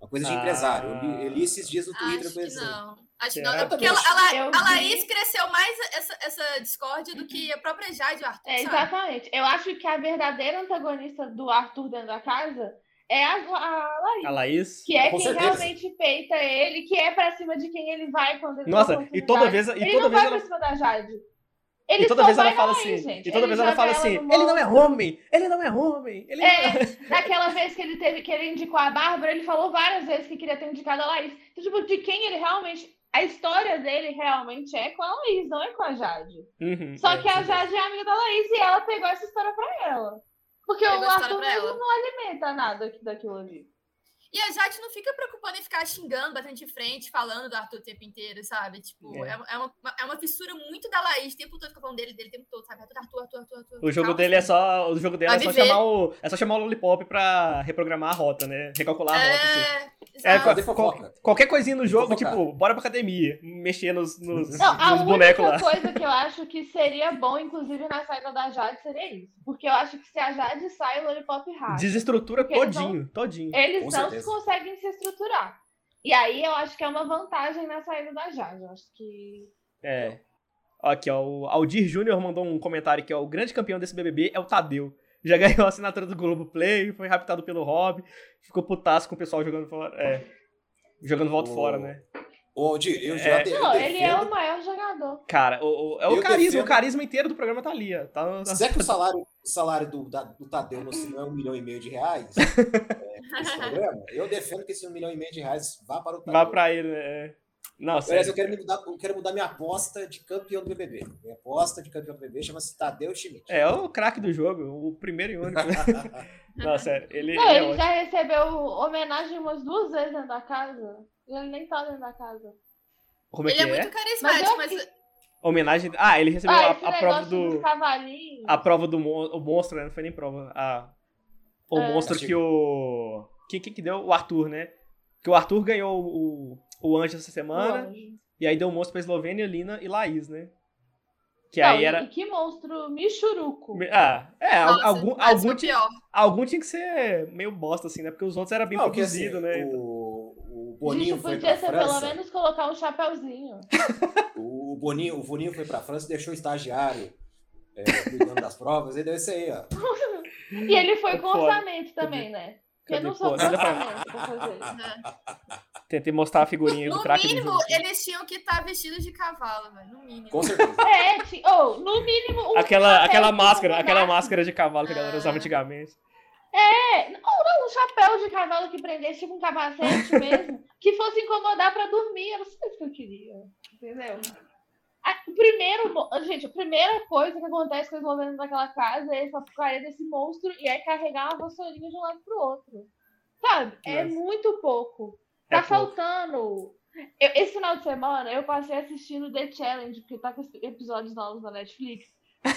S4: Uma coisa de
S1: Ah.
S4: empresário. Eu li, eu li esses dias no Twitter.
S2: Ah, Acho
S4: eu falei
S2: que
S4: assim,
S2: não. Acho que
S1: Será?
S2: não. É
S4: Eu
S2: porque
S4: também
S2: ela, ela-
S4: acho.
S3: Eu
S2: a
S3: vi.
S2: Laís cresceu mais essa, essa discórdia do que a própria Jade, o Arthur.
S3: É,
S2: sabe?
S3: exatamente. Eu acho que a verdadeira antagonista do Arthur dentro da casa é a, a Laís,
S1: A Laís.
S3: que é
S4: Com
S3: quem
S4: certeza.
S3: realmente peita ele, que é pra cima de quem ele vai quando ele tem
S1: Nossa, e toda
S3: oportunidade.
S1: vez, e
S3: Ele
S1: toda
S3: não
S1: vez
S3: vai
S1: ela
S3: pra cima da Jade. Ele
S1: E toda
S3: só
S1: vez ela
S3: vai na
S1: fala
S3: Laís,
S1: assim,
S3: gente.
S1: e toda
S3: Ele
S1: vez ela
S3: joga
S1: fala assim,
S3: no
S1: ele não é
S3: monte.
S1: homem, ele não é homem, ele não é...
S3: É, daquela vez que ele teve que ele indicou a Bárbara, ele falou várias vezes que queria ter indicado a Laís. Então, tipo, de quem ele realmente. A história dele realmente é com a Laís, não é com a Jade.
S1: Uhum,
S3: Só
S1: é.
S3: que a Jade é amiga da Laís e ela pegou essa história pra ela. Porque
S2: Pegou
S3: o
S2: a história
S3: Arthur
S2: pra
S3: mesmo
S2: ela.
S3: não alimenta nada aqui- daquilo ali.
S2: E a Jade não fica preocupada em ficar xingando, batendo de frente, falando do Arthur o tempo inteiro, sabe? Tipo,
S1: É.
S2: é, é uma, é uma fissura muito da Laís, o tempo todo fica falando dele, dele, o tempo todo, sabe? Arthur, Arthur, Arthur, Arthur. Arthur,
S1: O jogo
S2: calma,
S1: dele é
S2: filho.
S1: só, o jogo dela é
S2: Vai
S1: só
S2: viver.
S1: chamar o, é só chamar o Lollipop pra reprogramar a rota, né? Recalcular a rota, assim.
S2: É,
S1: É,
S2: exato.
S4: Fazer
S1: qual-
S4: fofoca.
S1: qual- qualquer coisinha no jogo,
S4: Fofocar.
S1: tipo, bora pra academia, mexer nos, nos,
S3: Não, a
S1: nos
S3: única
S1: bonecos lá.
S3: coisa que eu acho que seria bom, inclusive, na saída da Jade seria isso. Porque eu acho que se a Jade sai, o Lollipop racha.
S1: Desestrutura
S3: Porque eles
S1: todinho, todinho.
S3: Eles
S4: Com
S3: não
S4: certeza.
S3: conseguem se estruturar. E aí eu acho que é uma vantagem na saída da Jade. Eu acho que.
S1: É. Ó, Aqui, ó, o Aldir Júnior mandou um comentário que ó, o grande campeão desse BBB é o Tadeu. Já ganhou a assinatura do Globoplay, foi raptado pelo Rob, ficou putaço com o pessoal jogando fora. É. Jogando volta
S4: O-
S1: fora, né?
S4: Ô, Aldir, eu já
S1: É.
S4: de- eu
S3: Não, ele é o
S4: defendo-
S3: maior jogador.
S1: Cara, o, o- é o
S4: Eu
S1: carisma,
S4: defendo-
S1: o carisma inteiro do programa tá ali, ó. Tá, no- tá-
S4: Se é que o salário, o salário do, da- do Tadeu não, se não é um milhão e meio de reais, é, esse programa, eu defendo que esse um milhão e meio de reais vá para o Tadeu.
S1: Vai pra ele, né? É. Não,
S4: Aliás,
S1: sério.
S4: eu quero, me mudar, eu quero mudar minha aposta de campeão do BBB. Minha aposta de campeão do BBB chama-se Tadeu Schmidt.
S1: É o craque do jogo, o primeiro e único. Não, sério, ele,
S3: Não,
S1: ele é
S3: ele
S1: ótimo.
S3: já recebeu homenagem umas duas vezes dentro da casa. E ele nem tá dentro da casa.
S1: Como é
S2: Ele
S1: que
S2: é
S1: é?
S2: muito carismático, mas,
S1: Homenagem. Ah, ele recebeu
S3: ah,
S1: a,
S3: esse
S1: a prova
S3: negócio
S1: do.
S3: dos cavalinhos.
S1: A prova do mon- o monstro, né? Não foi nem prova. A, o
S3: É.
S1: monstro que o. Quem que, que deu? O Arthur, né? Que o Arthur ganhou o, o anjo essa
S3: do
S1: semana.
S3: anjo.
S1: E aí deu o monstro pra Eslovênia, Lina e Laís, né? Que
S3: Não,
S1: aí
S3: e-
S1: era.
S3: E que monstro Michuruco.
S1: Ah, é, al-
S2: nossa,
S1: algum,
S2: mas
S1: algum,
S2: o
S1: tinha,
S2: pior.
S1: algum tinha que ser meio bosta, assim, né? Porque os outros eram bem
S4: Não, porque, assim,
S1: produzidos, né?
S4: o, o
S3: Gente,
S4: Boninho foi
S3: podia
S4: para
S3: ser pelo
S4: França.
S3: menos colocar um chapéuzinho.
S4: O o Boninho, o Boninho foi para França e deixou o estagiário é, cuidando das provas. E deu isso aí, ó.
S3: E ele foi
S1: Tô
S3: com
S1: fora.
S3: orçamento também, né? Porque
S1: é Cadê?
S3: não sobrou
S1: Cadê?
S3: orçamento pra fazer isso.
S1: Tentei mostrar a figurinha do
S2: né? No
S1: craque do
S2: mínimo,
S1: jogo.
S2: eles tinham que estar vestidos de cavalo, velho. No mínimo.
S4: Com certeza.
S3: É, ti- ou, no mínimo. um né?
S1: Aquela,
S3: chapéu
S1: aquela
S3: de
S1: máscara, aquela
S3: monarca.
S1: máscara de cavalo que a galera usava
S2: Ah.
S1: antigamente.
S3: É, ou não, um chapéu de cavalo que prendesse, tipo um capacete mesmo, que fosse incomodar pra dormir. Era só isso que eu queria. Entendeu? A- O primeiro, mo- gente, a primeira coisa que acontece com os movimentos naquela casa é essa porcaria desse monstro e é carregar uma vassourinha de um lado pro outro. Sabe? É
S1: Nossa.
S3: muito pouco.
S1: É
S3: Tá
S1: pouco.
S3: faltando. Eu- esse final de semana eu passei assistindo The Challenge, porque tá com os episódios novos na Netflix.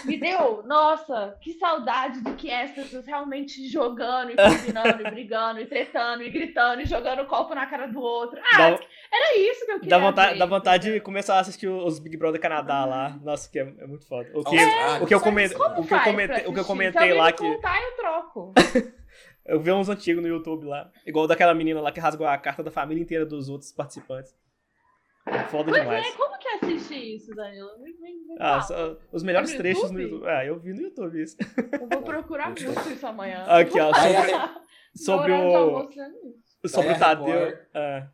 S3: Me deu, nossa, que saudade do que é as pessoas realmente jogando e combinando, e brigando, e tretando, e gritando, e jogando copo na cara do outro. Ah,
S1: Dá, um-
S3: era isso que eu queria.
S1: dá vontade,
S3: ver.
S1: dá vontade de começar a assistir os Big Brother Canadá
S3: Uhum.
S1: lá. Nossa, que é, é muito foda. O que,
S4: Austrália.
S1: o que eu
S3: Só que
S1: comentei,
S3: como
S1: o que eu
S3: faz pra
S1: comentei, o que eu
S3: assistir?
S1: comentei
S3: Se
S1: lá
S3: alguém me
S1: que
S3: contar, eu troco.
S1: eu vi uns antigos no YouTube lá, igual daquela menina lá que rasgou a carta da família inteira dos outros participantes. Foda
S3: Pois
S1: demais.
S3: é, como que assiste isso, Danilo? Me, me, me
S1: Ah,
S3: fala.
S1: só- os melhores
S3: É no
S1: trechos no
S3: YouTube?
S1: YouTube. Ah, eu vi no YouTube isso.
S3: Eu vou procurar muito isso amanhã.
S1: Aqui, ó,
S4: Aí,
S1: sobre,
S4: aí,
S1: sobre
S3: Horário de
S1: o,
S3: almoço, né?
S1: sobre o
S4: Daí a Record-
S1: Tadeu. Ah,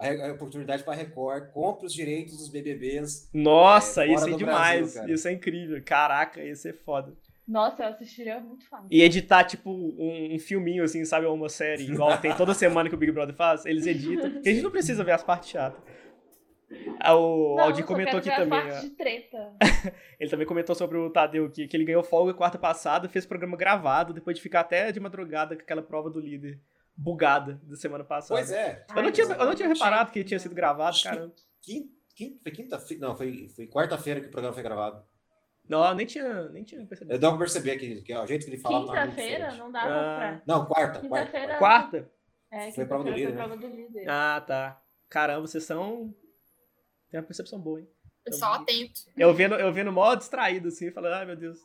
S4: a, a oportunidade para Record, compra os direitos dos BBBs.
S1: nossa,
S4: É, fora
S1: isso é
S4: do
S1: demais.
S4: Brasil, cara.
S1: isso é incrível. Caraca, isso é foda.
S3: Nossa, eu assistiria muito fácil.
S1: E editar, tipo, um, um filminho, assim, sabe? Ou Uma série, igual tem toda semana que o Big Brother faz. Eles editam. Porque a gente não precisa ver as partes chatas. Ah, O
S3: Não,
S1: Aldir
S3: eu só
S1: comentou aqui
S3: quero ver
S1: também. é.
S3: A parte
S1: ó.
S3: de treta.
S1: Ele também comentou sobre o Tadeu que, que ele ganhou folga quarta passada, fez programa gravado, depois de ficar até de madrugada com aquela prova do líder bugada da semana passada.
S4: Pois é.
S1: Eu não, tinha, eu não tinha
S4: Tinha-
S1: reparado que tinha sido gravado, caramba.
S4: Quin- quin- foi quinta-feira? Não, foi, foi quarta-feira que o programa foi gravado.
S1: Não, nem tinha, nem tinha percebido.
S4: Eu dá pra perceber que, que ó, o jeito que ele falava tava muito
S3: Quinta-feira
S4: diferente.
S3: não dava
S1: Ah,
S3: pra.
S4: Não, quarta. quarta,
S3: Quinta-feira-
S4: quarta.
S1: Quarta?
S3: É,
S4: foi prova do
S3: quinta-feira
S4: líder,
S3: foi prova do líder.
S1: Ah, tá. Caramba, vocês são. Tem uma percepção boa, hein?
S2: Pessoal atento.
S1: Eu vendo, eu vendo mó distraído, assim, falando, ai meu Deus,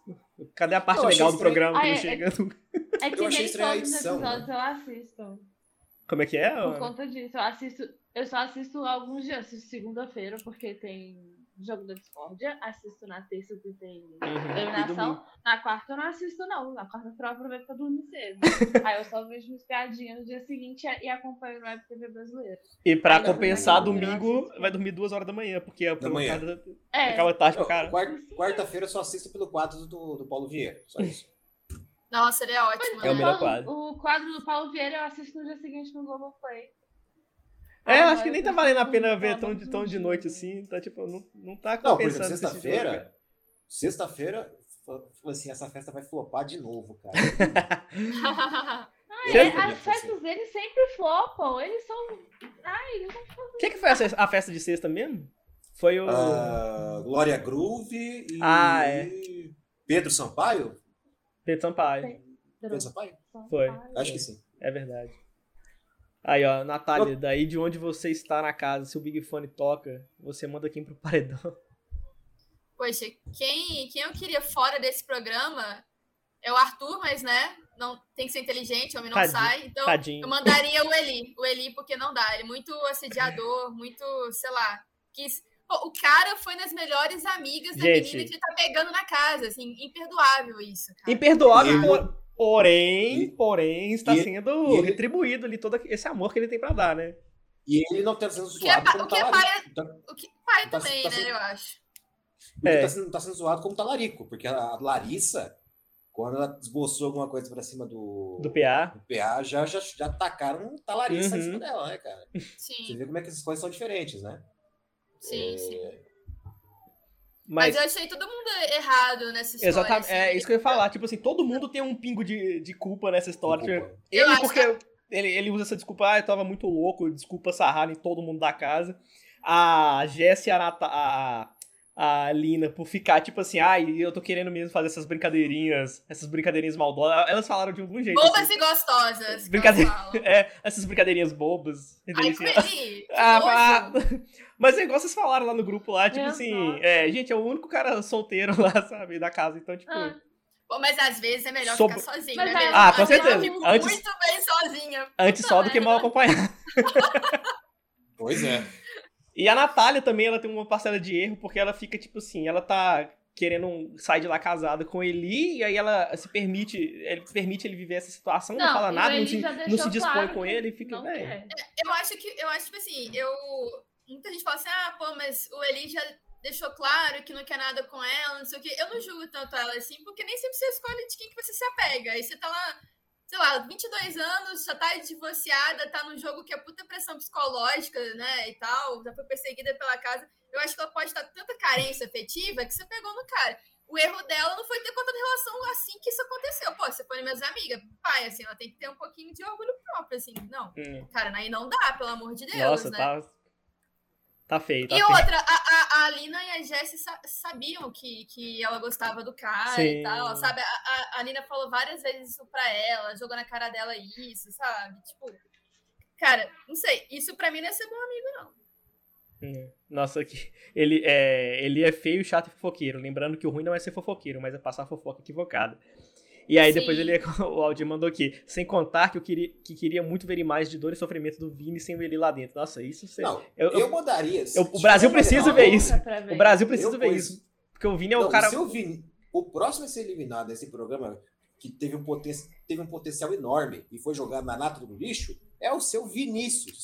S1: cadê a parte
S4: Eu achei
S1: legal do
S4: estranho.
S1: programa que
S3: Ah,
S1: não
S3: é,
S1: chega nunca?
S3: É que
S4: Eu achei
S3: nem
S4: estranha a
S3: todos os
S4: edição, né? Ah.
S3: episódios eu assisto.
S1: Como é que é?
S3: Por
S1: Ana?
S3: conta disso, eu assisto. Eu só assisto alguns dias, assisto segunda-feira, porque tem jogo da discórdia, assisto na terça porque tem
S1: Uhum. E domingo.
S3: eliminação. Na quarta eu não assisto, não. Na quarta-feira eu aproveito pra dormir cedo. Aí eu só vejo umas piadinhas no dia seguinte e acompanho no Web TV brasileiro.
S1: E pra
S3: Ah, não,
S1: compensar,
S3: domingo.
S1: domingo vai dormir duas horas da manhã, porque a
S4: manhã.
S1: programa
S3: É,
S1: acaba tarde
S4: Não,
S1: pra caralho.
S4: quar- Quarta-feira eu só assisto pelo quadro do, do Paulo Vieira. Só isso.
S2: Nossa, ele é ótimo,
S1: É o
S2: né?
S1: melhor
S3: Paulo-
S1: quadro.
S3: Então, O quadro do Paulo Vieira eu assisto no dia seguinte no Globoplay.
S1: É,
S3: Ah,
S1: acho que
S3: eu
S1: nem tá
S3: preciso
S1: valendo a pena
S3: dormir
S1: ver
S3: sábado,
S1: tão de, tão de
S3: domingo.
S1: noite assim, tá tipo, não, não tá
S4: Não, por
S1: compensando.
S4: exemplo,
S1: esse jogo.
S4: sexta-feira. Sexta-feira, eu falei assim, essa festa vai flopar de novo, cara.
S3: Ah,
S1: Sempre
S3: é,
S4: podia
S3: as festas deles sempre flopam. Eles são. Ai, eles são
S1: O que, que foi a, ce- a festa de sexta mesmo? Foi o.
S4: Ah, Glória Groove e
S1: Ah, é.
S4: Pedro Sampaio?
S1: Pedro Sampaio.
S4: Pedro Sampaio?
S1: Foi.
S4: Acho que sim.
S1: É verdade. Aí, ó, Natália, daí de onde você está na casa, se o Big Fone toca, você manda quem pro paredão.
S2: Poxa, quem, quem eu queria fora desse programa é o Arthur, mas né? Não, tem que ser inteligente, homem não
S1: Tadinho,
S2: sai. Então,
S1: Tadinho.
S2: eu mandaria o Eli. O Eli, porque não dá. Ele é muito assediador, muito, sei lá. Quis... Pô, o cara foi nas melhores amigas da
S1: Gente.
S2: menina que ele tá pegando na casa, assim, imperdoável isso. cara.
S1: Imperdoável,
S4: E-
S1: por- porém, porém, está
S4: e-
S1: sendo
S4: e ele-
S1: retribuído ali todo esse amor que ele tem pra dar, né?
S4: E ele não tá sendo
S2: que é
S4: zoado
S2: pa-
S4: como
S2: o que é
S4: talarico. Tá-
S2: O que pai
S4: Tá-
S2: também,
S4: tá
S2: né?
S4: sendo-
S2: Eu acho.
S4: porque
S1: É.
S4: tá, sendo, tá sendo zoado como talarico. Porque a Larissa, quando ela esboçou alguma coisa pra cima do,
S1: Do PA.
S4: do PA, já, já, já tacaram um talariça em
S1: Uhum.
S4: cima dela, né, cara? Você
S2: Sim,
S4: vê como é que essas coisas são diferentes, né?
S2: sim, sim. Mas,
S1: É, Mas,
S2: eu achei todo mundo errado nessa história.
S1: exatamente,
S2: assim.
S1: é isso que eu ia falar. Tipo assim, todo mundo tem um pingo de, de culpa nessa história. Tipo,
S4: Desculpa.
S2: Eu
S1: Ele,
S2: acho é-
S1: porque ele, ele usa essa desculpa, ah, eu tava muito louco, desculpa sarrar em todo mundo da casa. A Jess e a, Nata- a, a Lina, por ficar tipo assim, ai, eu tô querendo mesmo fazer essas brincadeirinhas, essas brincadeirinhas maldosas. Elas falaram de algum jeito.
S2: Bobas
S1: assim.
S2: e gostosas. que
S1: Brincadeira.
S2: eu falo.
S1: É, essas brincadeirinhas bobas.
S2: Ai,
S1: entendeu?
S2: Feli,
S1: Ah,
S2: ah,
S1: ah, mas é igual vocês falaram lá no grupo lá, tipo
S3: Meu
S1: assim,
S3: Deus.
S1: é, gente, é o único cara solteiro lá, sabe, da casa, então, tipo.
S3: Ah.
S2: Pô, mas às vezes é melhor
S1: Sobre-
S2: ficar sozinho,
S3: Mas
S2: né?
S3: aí-
S2: mesmo?
S1: Ah,
S2: Às
S1: com
S2: vezes
S1: certeza.
S2: Eu fico
S1: Antes-
S2: muito bem sozinha.
S1: Antes só do que mal acompanhado.
S4: Pois é.
S1: E a Natália também, ela tem uma parcela de erro, porque ela fica, tipo assim, ela tá querendo um- sair de lá casada com o Eli, e aí ela se permite, ele permite ele viver essa situação, um não, fala
S3: e
S1: nada,
S3: ele
S1: não se,
S3: já
S1: não
S3: deixou
S1: se dispõe
S3: claro
S1: com
S3: que
S1: ele, e fica,
S3: não
S1: velho.
S3: quer.
S2: Eu acho que, eu acho, tipo assim, eu. Muita gente fala assim, ah, pô, mas o Eli já deixou claro que não quer nada com ela, não sei o quê. Eu não julgo tanto ela assim, porque nem sempre você escolhe de quem que você se apega. Aí você tá lá, sei lá, 22 anos, já tá divorciada, tá num jogo que é puta pressão psicológica, né, e tal, já foi perseguida pela casa. Eu acho que ela pode estar com tanta carência afetiva que você pegou no cara. O erro dela não foi ter contado relação assim que isso aconteceu. Pô, você foi minhas amigas, pai, assim, ela tem que ter um pouquinho de orgulho próprio, assim, não.
S1: Hum,
S2: Cara, aí não dá, pelo amor de Deus,
S1: Nossa,
S2: né?
S1: tá. Tá feio, tá
S2: E
S1: feio.
S2: outra, a, a, a Lina e a e Jesse sa- sabiam que, que ela gostava do cara
S1: Sim.
S2: e tal, sabe? A- A, a Nina falou várias vezes isso pra ela, jogou na cara dela isso, sabe? Tipo, cara, não sei, isso pra mim não é ser bom amigo, não.
S1: Nossa, que ele é, ele é feio, chato e fofoqueiro. Lembrando que o ruim não é ser fofoqueiro, mas é passar fofoca equivocada. E aí depois
S2: Sim.
S1: ele, é o Aldi mandou aqui, sem contar que eu queria, que queria muito ver imagens de dor e sofrimento do Vini sem ver ele lá dentro. Nossa, isso seria...
S4: Não,
S1: eu-
S4: eu,
S1: eu-
S4: mandaria. se
S1: eu- o
S4: tivesse
S1: Brasil
S4: mandado-
S1: precisa
S3: Não,
S1: ver isso.
S3: nunca pra ver.
S1: O Brasil precisa
S4: Eu
S1: ver
S4: pus-
S1: isso. Porque o Vini é um
S4: Não,
S1: cara...
S4: se eu vi o próximo a ser eliminado desse programa, que teve um, poten teve um potencial enorme e foi jogado na lata do lixo, é o seu Vinícius,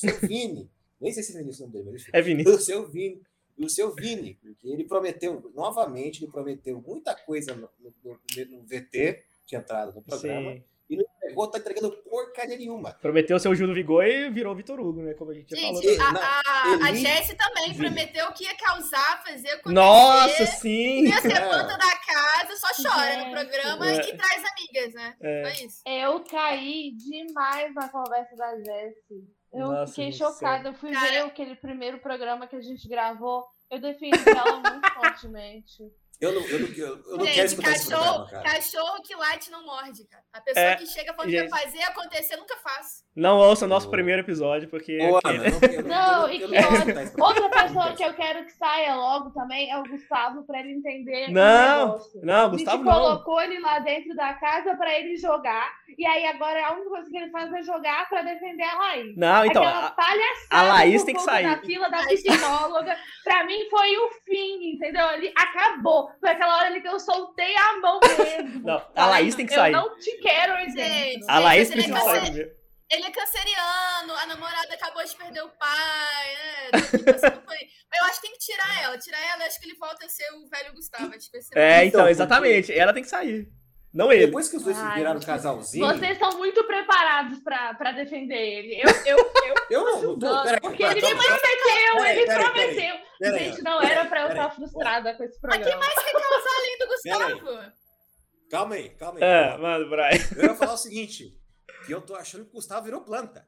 S4: seu Vini. Nem sei se é Vinícius o nome dele, mas enfim.
S1: É Vini.
S4: o seu Vini. O seu Vini, porque ele prometeu, novamente, ele prometeu muita coisa no, no, no- no VT, tinha entrado no programa,
S1: Sim.
S4: pegou, tá entregando porcaria nenhuma.
S1: Prometeu ser o Gil do Vigor e virou o Vitor Hugo, né? Como a gente já falou.
S2: Gente,
S4: né?
S2: a, a, a
S4: Ele-
S2: Jesse também
S4: Ele-
S2: prometeu que ia causar, fazer acontecer.
S1: Nossa, sim!
S3: né?
S2: Ia ser
S4: É.
S2: planta da casa, só chora no
S3: Gente.
S2: programa
S1: É.
S2: e traz amigas, né?
S1: É.
S2: Foi isso.
S3: Eu caí demais na conversa da Jessie. Eu
S1: Nossa,
S3: fiquei
S1: gente, sério.
S3: chocada. Eu fui ver
S2: Cara-
S3: aquele primeiro programa que a gente gravou. Eu defendi ela muito fortemente.
S4: Eu não, eu não, eu, eu não quero
S2: Gente,
S4: escutar esse
S2: cachorro,
S4: programa, cara.
S2: cachorro que late não morde, cara. A pessoa
S1: É,
S2: que chega falando que vai
S1: gente.
S2: fazer acontecer, eu nunca faço.
S1: Não ouça o nosso
S4: Boa. né?
S1: primeiro episódio, porque... é
S4: Ô, Ana, eu eu
S3: Não,
S4: eu
S3: e que
S4: quero
S3: ódio.
S4: escutar esse programa.
S3: Outra pessoa que eu quero que saia logo também é o Gustavo, pra ele entender. o
S1: Não,
S3: negócio.
S1: Não,
S3: A gente
S1: Gustavo não.
S3: colocou ele lá dentro da casa pra ele jogar. E aí agora a única coisa que ele faz é jogar pra defender a Laís.
S1: Não, então...
S3: Aquela
S1: a-
S3: palhaçada
S1: a Laís
S3: por
S1: tem que
S3: conta
S1: sair.
S3: Da fila da psicóloga, pra mim foi o fim, entendeu? Ali acabou. Foi aquela hora ali que eu soltei a mão mesmo.
S1: Não, a Laís tem que sair.
S3: Eu não te quero, aí
S2: Gente,
S3: dentro.
S1: A Laís
S2: Ele é
S1: precisa
S2: cance-
S1: sair primeiro.
S2: Ele é canceriano, a namorada acabou de perder o pai, né? Tá aqui passando por aí. Eu acho que tem que
S4: É.
S2: tirar ela. Tirar ela, eu acho que ele volta a ser o velho Gustavo. Acho que vai ser
S1: É,
S4: Então,
S1: então,
S4: porque-
S1: exatamente. Ela tem que sair. Não ele.
S4: Depois que os dois
S3: Ai,
S4: viraram
S3: gente.
S4: casalzinho,
S3: Vocês estão muito preparados pra, pra defender ele. Eu, eu, eu
S4: eu não, não tô. Peraí,
S3: porque ele me
S4: calma, calma,
S3: prometeu,
S4: Peraí,
S3: ele
S4: peraí,
S3: prometeu.
S4: peraí,
S3: Gente, não era pra eu
S4: peraí.
S3: estar frustrada com esse
S2: Mas quem
S3: programa.
S2: mais quer causar além do Gustavo?
S4: Calma aí, calma aí.
S1: É,
S4: calma.
S1: mano, Brian.
S4: Eu ia falar o seguinte: que eu tô achando que o Gustavo virou planta.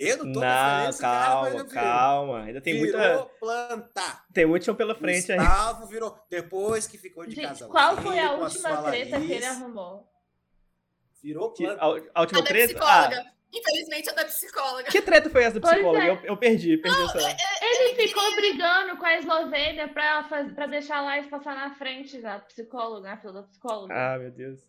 S4: Eu não tô defendendo
S1: Não,
S4: esse cara, mas
S1: calma,
S4: ele virou.
S1: calma. Ainda tem
S4: virou
S1: muita,
S4: planta.
S1: tem muito chão pela frente aí.
S4: Gustavo virou. Depois que ficou de
S3: Gente,
S4: casalzinho.
S3: qual foi a
S4: com
S3: última
S4: sua
S3: treta que
S4: Laís,
S3: ele arrumou?
S4: Virou
S1: Que-
S4: planta.
S1: a, a
S2: A
S1: última
S2: da
S1: treta?
S2: é psicóloga. Infelizmente, a da psicóloga.
S1: Ah, que treta foi essa do
S3: Pois
S1: psicólogo?
S3: é.
S1: Eu, eu perdi, perdi essa.
S3: Ele ficou brigando com a Eslovênia pra, faz- pra deixar a Laís passar na frente da psicóloga, na fila da psicóloga.
S1: Ah, meu Deus.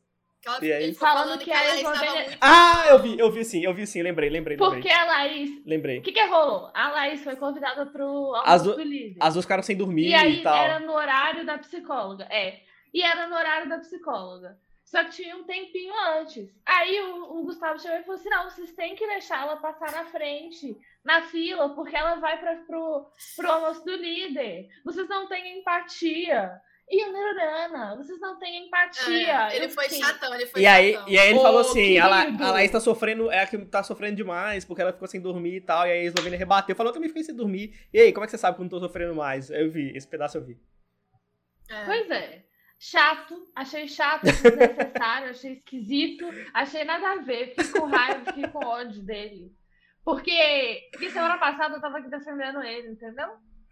S2: Ela,
S1: E aí?
S2: ele ficou
S3: Falando que é a
S2: ela é estava
S3: Eslovênia-
S2: muito.
S1: Ah, eu vi, eu vi sim, eu vi sim, lembrei, lembrei, lembrei.
S3: Porque a Laís. O
S1: Lembrei.
S3: que que rolou? A Laís foi convidada pro
S1: As
S3: almoço
S1: du-
S3: do líder.
S1: As duas ficaram sem dormir
S3: E
S1: e,
S3: aí
S1: tal.
S3: era no horário da psicóloga. É. E era no horário da psicóloga. Só que tinha um tempinho antes. Aí o, o Gustavo chegou e falou assim: não, vocês têm que deixar ela passar na frente, na fila, porque ela vai pra, pro, pro almoço do líder. Vocês não têm empatia. E o Nerana, vocês não têm empatia.
S2: Ah, ele
S3: Eu
S2: foi
S3: fiquei-
S2: chatão, ele foi
S1: E aí,
S2: chatão.
S1: e aí ele
S3: Ô,
S1: falou assim, a, La-
S3: querido.
S1: a Laís tá sofrendo, é a que tá sofrendo demais, porque ela ficou sem dormir e tal, e aí a Eslovênia rebateu, falou, eu também fiquei sem dormir. E aí, como é que você sabe que eu não tô sofrendo mais? Eu vi, esse pedaço eu vi.
S2: É.
S3: Pois é. Chato, achei chato, desnecessário, achei esquisito, achei nada a ver, fiquei com raiva, fiquei com ódio dele. Porque, porque semana passada eu tava aqui defendendo ele, entendeu?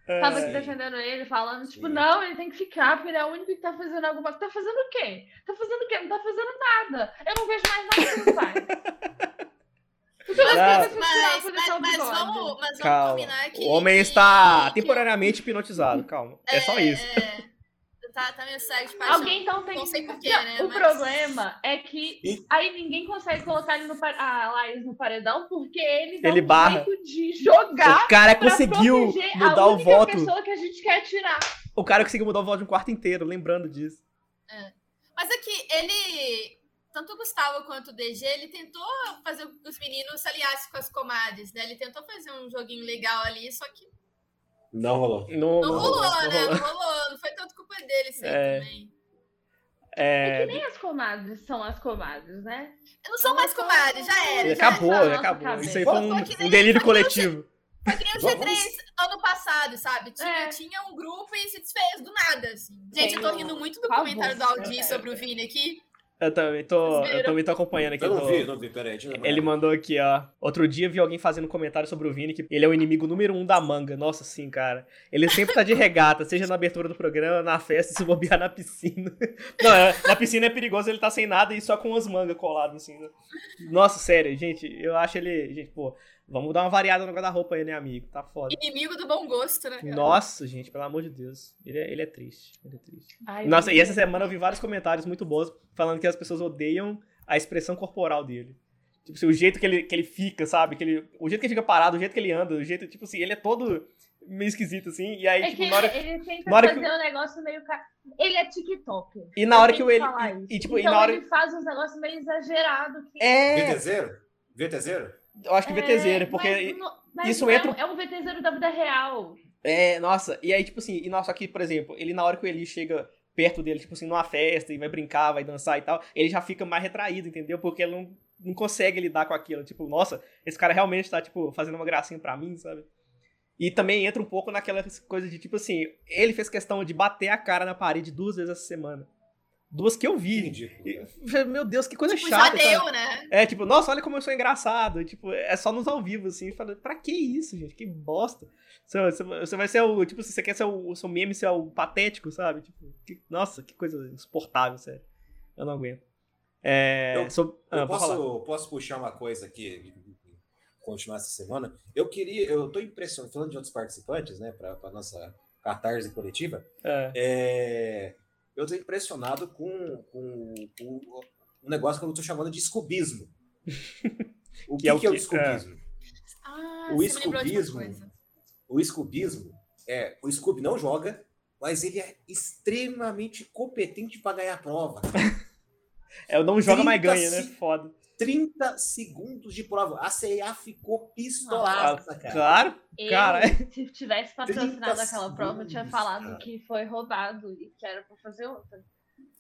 S1: É,
S3: Tava aqui
S4: Sim.
S3: defendendo ele, falando, tipo,
S4: Sim.
S3: não, ele tem que ficar, porque ele é o único que tá fazendo alguma coisa. Tá fazendo o quê? Tá fazendo o quê? Não tá fazendo nada. Eu não vejo mais nada que ele faz. Então,
S1: Não.
S3: as pessoas
S2: Mas,
S3: tiraram
S2: mas,
S3: a posição
S2: mas
S3: do é bigode.
S2: vamos, mas vamos
S1: Calma.
S2: combinar que.
S1: O homem
S2: que-
S1: está
S2: que-
S1: temporariamente hipnotizado, calma. É, só isso.
S2: é. tá, tá meio cego de paixão.
S3: Alguém então tem
S2: Não sei
S3: que-
S2: porquê,
S3: Não,
S2: né,
S3: O
S2: mas-
S3: problema é que
S4: E-
S3: aí ninguém consegue colocar ele no pa- a Laís no paredão porque ele dá
S1: Ele
S3: um
S1: barra.
S3: jeito de
S2: é,
S3: jogar.
S1: O cara
S3: pra
S1: conseguiu
S3: proteger a
S1: mudar o
S3: única
S1: voto.
S3: pessoa que a gente quer tirar.
S1: O cara conseguiu mudar o voto de um quarto inteiro, lembrando disso.
S2: Mas é que ele, tanto o Gustavo quanto o DG, ele tentou fazer com que os meninos se aliassem com as comadres, né? Ele tentou fazer um joguinho legal ali, só que
S4: Não rolou.
S1: Não,
S2: não,
S1: não
S2: rolou, né?
S1: rolou.
S2: Não rolou, não foi tanto culpa dele isso aí
S1: É.
S2: também.
S3: É
S1: É,
S3: que nem as comadres são as comadres, né?
S2: Não são mais comadres, já era. já
S1: acabou,
S3: Nossa,
S1: acabou.
S3: cabeça.
S1: Isso aí foi
S2: Foi que assim,
S1: um,
S2: nem-
S1: um delírio
S2: foi que nem
S1: coletivo.
S2: Foi que nem o
S4: Vamos-
S2: G3 ano passado, sabe? Tinha,
S3: É.
S2: tinha um grupo e se desfez do nada, assim. Gente, eu tô
S3: Tem um-
S2: rindo muito do
S3: Por favor,
S2: comentário do Aldi
S3: né?
S2: sobre o Vini aqui.
S1: Eu também tô,
S2: Vocês viram?
S1: eu também tô acompanhando aqui.
S4: Eu não
S1: tô-
S4: vi, não vi, peraí. deixa eu lembrar.
S1: é Ele mandou aqui, ó. Outro dia vi alguém fazendo um comentário sobre o Vini, que ele é o inimigo número um da manga. Nossa, sim, cara. Ele sempre tá de regata, seja na abertura do programa, na festa, se bobear na piscina. Não, é- na piscina é perigoso, ele tá sem nada e só com as mangas coladas, assim. né? Nossa, sério, gente, eu acho ele. Gente, pô, vamos dar uma variada no guarda-roupa aí, né, amigo? Tá foda.
S2: Inimigo do bom gosto, né? cara?
S1: Nossa, gente, pelo amor de Deus. Ele é, ele é triste. Ele é triste.
S3: Ai,
S1: Nossa, e
S3: gente.
S1: essa semana eu vi vários comentários muito bons falando que as pessoas odeiam a expressão corporal dele. Tipo assim, o jeito que ele, que ele fica, sabe? Que ele, o jeito que ele fica parado, o jeito que ele anda, o jeito, tipo assim, ele é todo meio esquisito, assim. E aí,
S3: É
S1: tipo,
S3: que
S1: na hora.
S3: ele, ele tenta
S1: na hora que-
S3: fazer um negócio meio. ca- Ele é TikTok.
S1: E na hora que
S3: eu
S1: o ele.
S3: falar
S1: e-
S3: isso.
S1: E, tipo, e
S3: então
S1: na hora.
S3: ele faz uns negócios meio exagerados. que-
S1: É!
S4: VT0? VT0?
S1: Eu acho que VTZera, né? porque.
S3: É, mas no- mas
S1: isso
S3: não é
S1: entra-
S3: um- É um VTZero da vida real.
S1: É, nossa, e aí, tipo assim, e nossa, aqui, por exemplo, ele na hora que o Eli chega perto dele, tipo assim, numa festa, e vai brincar, vai dançar e tal, ele já fica mais retraído, entendeu? Porque ele não, não consegue lidar com aquilo. Tipo, nossa, esse cara realmente tá, tipo, fazendo uma gracinha pra mim, sabe? E também entra um pouco naquela coisa de, tipo assim, ele fez questão de bater a cara na parede duas vezes essa semana. Duas que eu
S4: Que
S1: vi.
S4: ridículo.
S1: E-
S4: cara.
S1: Meu Deus, que coisa
S2: Tipo, já
S1: chata. sabe?
S2: deu, né?
S1: É, tipo, nossa, olha como eu sou engraçado. Tipo, é só nos ao vivo, assim. Fala, pra que isso, gente? Que bosta. Você, você- você vai ser o. Tipo, se você quer ser o, o seu meme, ser o patético, sabe? Tipo, que- nossa, que coisa insuportável, sério. Eu não aguento. É.
S4: Eu-
S1: sou- ah,
S4: Eu
S1: pode falar.
S4: posso, posso puxar uma coisa aqui, continuar essa semana? Eu queria, eu tô impressionado, falando de outros participantes, né, para a nossa catarse coletiva,
S1: É.
S4: é, eu tô impressionado com, com, com um negócio que eu tô chamando de escubismo. O que,
S1: é
S4: é
S1: o
S4: o, que é o
S1: quê?
S4: escubismo?
S2: Ah, você
S4: O
S2: me lembrou de uma
S4: escubismo
S2: coisa.
S4: O escubismo é, o Scooby não joga, mas ele é extremamente competente para ganhar a prova.
S1: É, o não joga mais
S4: 30
S1: ganha, né?
S4: se-
S1: Foda.
S4: 30 segundos de prova. A CEA ficou pistolaça, cara.
S1: Claro.
S3: Eu,
S1: Ah, Cara, é-
S3: se tivesse patrocinado
S4: 30
S3: aquela prova, eu tinha
S4: segundos,
S3: falado
S4: cara.
S3: que foi roubado e que era pra fazer outra.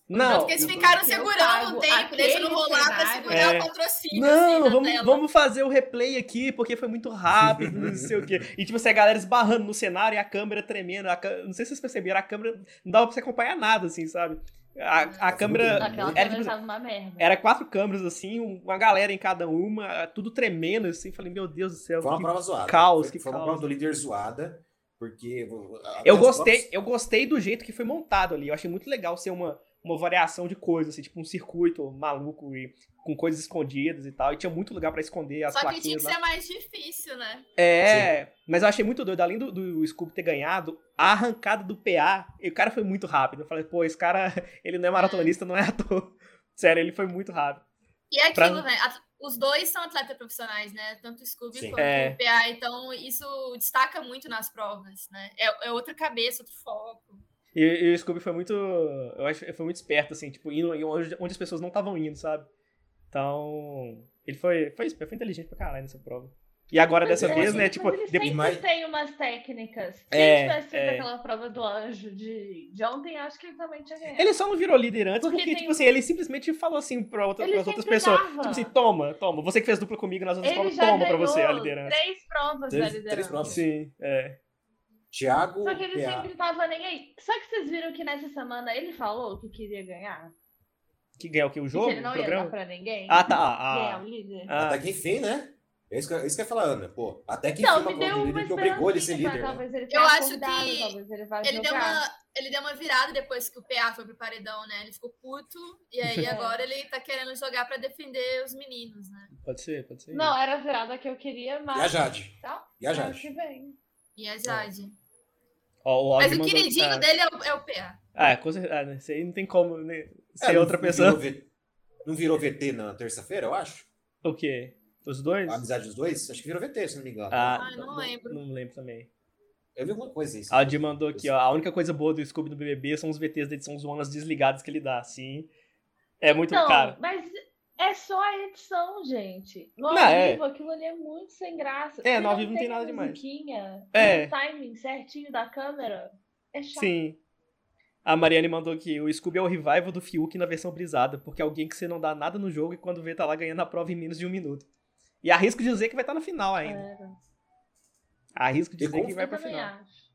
S1: Não.
S2: Tanto que eles
S4: eu-
S2: ficaram
S3: eu
S2: segurando
S3: pago
S2: o tempo, deixando
S3: aquele
S2: rolar pra
S3: cenário.
S2: segurar
S1: É.
S2: o patrocínio. assim,
S1: Não,
S2: na
S1: vamos,
S2: tela.
S1: vamos fazer o replay aqui, porque foi muito rápido, não sei o quê. E tipo, assim, a galera esbarrando no cenário e a câmera tremendo. a câ- Não sei se vocês perceberam, a câmera não dava pra você acompanhar nada, assim, sabe? A, a câmera.
S3: Aquela
S1: Era,
S3: câmera
S1: tipo,
S3: tava uma merda.
S1: era quatro câmeras, assim, uma galera em cada uma, tudo tremendo, assim. Falei, meu Deus do céu.
S4: Foi uma
S1: que-
S4: prova zoada.
S1: caos,
S4: foi,
S1: que
S4: foi uma
S1: caos.
S4: prova do líder zoada, porque. até
S1: Eu
S4: as
S1: gostei,
S4: provas-
S1: eu gostei do jeito que foi montado ali. Eu achei muito legal ser uma, uma variação de coisas, assim, tipo um circuito maluco e com coisas escondidas e tal. E tinha muito lugar pra esconder as
S2: Só que tinha
S1: plaquinhas
S2: que
S1: lá.
S2: ser mais difícil, né?
S1: É, mas eu achei muito doido. Além do, do Scooby ter ganhado, a arrancada do PA, e o cara foi muito rápido. Eu falei, pô, esse cara, ele não é maratonista, não é ator. Sério, ele foi muito rápido.
S2: E é
S1: Pra-
S2: aquilo, né? At- Os dois são atletas profissionais, né? Tanto o Scooby
S4: Sim.
S2: quanto
S1: É.
S2: o PA. Então, isso destaca muito nas provas, né? É, é outra cabeça, outro foco.
S1: E, e o Scooby foi muito. Eu acho ele foi muito esperto, assim, tipo, indo em onde, onde as pessoas não estavam iindo, sabe? Então. Ele foi, foi, foi inteligente pra caralho nessa prova. E agora
S3: Mas
S1: dessa
S3: é,
S1: vez, né?
S3: mas
S1: Tipo,
S3: eles
S1: de-
S3: sempre
S4: Mas-
S3: têm umas técnicas. Se
S1: É,
S3: ele tivesse feito
S1: é.
S3: aquela prova do anjo de, de ontem, acho que ele também tinha ganhado.
S1: ele só não virou líder antes porque,
S3: Porque tem-
S1: tipo assim, ele simplesmente falou assim pra outra,
S3: Ele
S1: pras outras
S3: sempre
S1: pessoas.
S3: dava.
S1: Tipo assim, toma, toma. Você que fez dupla comigo nas outras
S3: Ele
S1: provas,
S3: já
S1: toma pra
S3: ganhou
S1: você a liderança.
S3: três provas
S4: Três-
S3: da
S4: três
S3: liderança.
S4: provas. É.
S1: Sim, é.
S4: Thiago.
S3: Só que ele
S4: PA.
S3: sempre tava nem aí. Só que vocês viram que nessa semana ele falou que queria ganhar.
S1: Que ganhar o que? O
S3: e
S1: jogo?
S3: que ele
S1: O
S3: não ia dar
S1: programa?
S3: pra ninguém.
S1: Ah, tá.
S3: Ganhar
S1: Ah,
S3: o líder.
S1: ah.
S4: Até que enfim, né? É isso que, é isso que eu ia falar, Ana. Pô, até que
S3: Então,
S4: enfim,
S3: me
S4: uma prova
S3: deu
S4: do
S3: uma
S4: líder que obrigou ele a ser
S3: esperancinha,
S4: líder.
S3: mas
S4: né?
S3: talvez ele
S2: Eu
S3: tenha
S2: acho
S3: acordado,
S2: que
S3: talvez ele vá
S2: Ele deu,
S3: jogar.
S2: uma, ele deu uma virada depois que o PA foi pro paredão, né? Ele ficou puto. E aí,
S3: É.
S2: agora ele tá querendo jogar pra defender os meninos, né?
S1: Pode ser, pode ser.
S3: Não, era a virada que eu queria, mas...
S4: E a Jade.
S3: Tá.
S4: E a
S3: ano que
S4: Jade.
S3: vem.
S2: E
S1: É.
S2: a Jade.
S1: Ó, o
S2: Mas
S1: Oggi
S2: o
S1: mandou-
S2: queridinho
S1: ah,
S2: dele é o, é o PA.
S1: Ah, com certeza. Ah, né, Isso aí não tem como né, ser
S4: É, não-
S1: outra
S4: não
S1: pessoa.
S4: virou V- Não virou VT na terça-feira, eu acho?
S1: O quê? Os dois?
S4: A amizade dos dois? Acho que virou VT, se não me engano.
S2: Ah,
S1: Tá
S2: não lembro.
S1: Não lembro também.
S4: Eu vi alguma coisa isso. né?
S1: A Aldi mandou aqui, ó. A única coisa boa do Scooby do BBB são os VTs da edição zonas desligadas que ele dá, sim. É muito
S3: Não,
S1: caro.
S3: mas é só a edição, gente. No
S1: Não,
S3: ao
S1: é.
S3: vivo, aquilo ali é muito sem graça.
S1: É,
S3: Se
S1: no ao vivo não tem nada demais.
S3: musiquinha,
S1: É.
S3: O timing certinho da câmera é chato.
S1: Sim. A Mariane mandou aqui, o Scooby é o revival do Fiuk na versão brisada, porque é alguém que você não dá nada no jogo e quando vê tá lá ganhando a prova em menos de um minuto. E arrisco dizer que vai estar na final ainda.
S3: Era.
S1: Arrisco
S4: E
S1: dizer
S4: como
S1: que vai
S3: Eu
S1: pra
S3: também
S1: final.
S3: acho.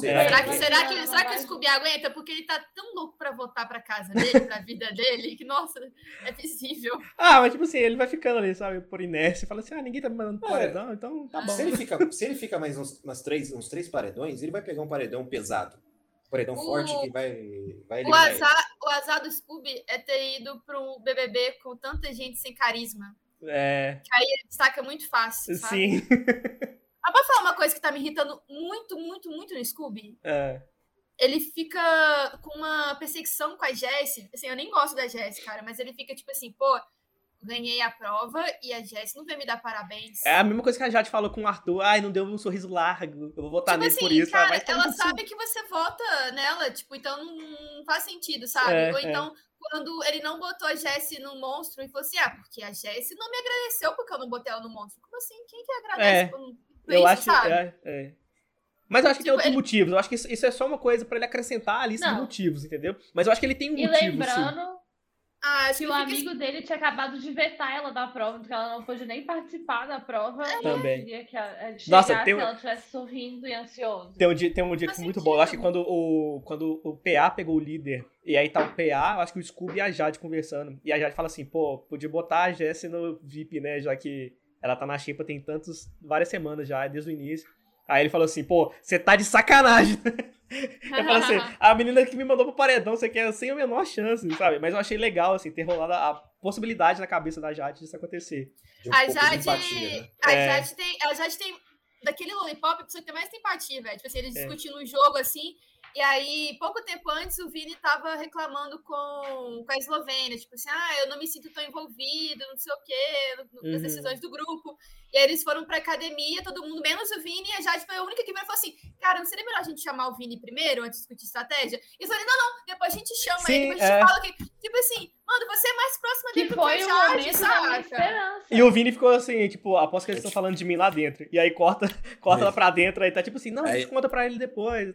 S4: Será
S2: Será
S4: que-
S2: que, será que, será que o Scooby aguenta? Porque ele tá tão louco pra voltar pra casa dele, pra vida dele, que, nossa, é visível.
S1: Ah, mas tipo assim, ele vai ficando ali, sabe, por inércia. Fala assim, ah, ninguém tá me mandando
S4: É.
S1: paredão, então tá bom.
S4: Se ele fica, se ele fica mais uns, umas três, uns três paredões, ele vai pegar um paredão pesado. Um paredão
S2: O-
S4: forte que vai, vai
S2: O
S4: eliminar ele.
S2: azar, o azar do Scooby é ter ido pro BBB com tanta gente sem carisma.
S1: É,
S2: Ele destaca muito fácil, sabe?
S1: sim.
S2: Ah, posso falar uma coisa que tá me irritando muito, muito, muito no Scooby?
S1: É.
S2: Ele fica com uma perseguição com a Jess. Assim, eu nem gosto da Jess, cara, mas ele fica tipo assim, pô, ganhei a prova e a Jess não veio me dar parabéns.
S1: É a mesma coisa que a Jade falou com o Arthur. Ai, não deu um sorriso largo. Eu vou votar
S2: Tipo
S1: nele
S2: assim,
S1: por isso.
S2: cara,
S1: vai tomar
S2: ela
S1: no seu-
S2: sabe que você vota nela, tipo, então não faz sentido, sabe?
S1: É,
S2: Ou
S1: é.
S2: então, quando ele não botou a Jessie no monstro e falou assim, ah, porque a Jessie não me agradeceu porque eu não botei ela no monstro. Como assim? Quem que agradece?
S1: É.
S2: por um- por
S1: Eu
S2: isso,
S1: acho.
S2: sabe?
S1: é, é. Mas eu acho que tem
S2: Tipo,
S1: outros
S2: ele-
S1: motivos. Eu acho que isso, isso é só uma coisa pra ele acrescentar a lista de
S3: Não.
S1: motivos, entendeu? Mas eu acho que ele tem um
S3: E
S1: motivo, sim.
S3: lembrando
S2: Ah, acho
S3: que
S2: que
S3: o
S2: fica
S3: amigo dele tinha acabado de vetar ela da prova, porque ela não pôde nem participar da prova. e
S1: Também.
S3: Queria que a- a-
S1: Nossa,
S3: chegasse,
S1: tem um-
S3: ela estivesse sorrindo e ansiosa.
S1: Tem um dia, tem um dia
S2: Faz
S1: muito
S2: sentido.
S1: bom. Eu acho que quando o, quando o PA pegou o líder, e aí tá o PA, eu acho que o Scooby e a Jade conversando. E a Jade fala assim, pô, podia botar a Jessie no VIP, né? Já que ela tá na Chipa tem tantos, várias semanas já, desde o início. Aí ele falou assim, pô, você tá de sacanagem. Eu falo assim, a menina que me mandou pro paredão, você quer sem a menor chance, sabe? Mas eu achei legal, assim, ter rolado a possibilidade na cabeça da Jade disso acontecer.
S4: De um
S2: A
S4: pouco de
S2: Jade,
S4: empatia, né?
S2: a
S1: É.
S2: Jade tem, a Jade tem daquele lollipop a pessoa que tem mais tem empatia, velho. Tipo assim, eles
S1: É.
S2: discutindo o jogo assim. E aí, pouco tempo antes, o Vini tava reclamando com, com a Eslovênia, tipo assim, ah, eu não me sinto tão envolvido, não sei o quê, no- no- nas
S1: Uhum.
S2: decisões do grupo. E aí eles foram pra academia, todo mundo, menos o Vini, e a Jade foi a única que veio e falou assim, cara, não seria melhor a gente chamar o Vini primeiro, antes de discutir estratégia? E eu falei, não, não, depois a gente chama ele,
S1: Sim,
S2: depois a gente
S1: é.
S2: fala que... Tipo assim, mano, você é mais próxima
S3: Que
S2: dele do que
S3: foi
S2: a
S3: o
S2: Jade,
S3: momento da minha
S2: saca?
S3: esperança.
S1: E o Vini ficou assim, tipo, aposto que eles
S4: É,
S1: estão falando de mim lá dentro. E aí corta, corta lá pra dentro, aí tá tipo assim, não, a gente
S4: Aí-
S1: conta pra ele depois.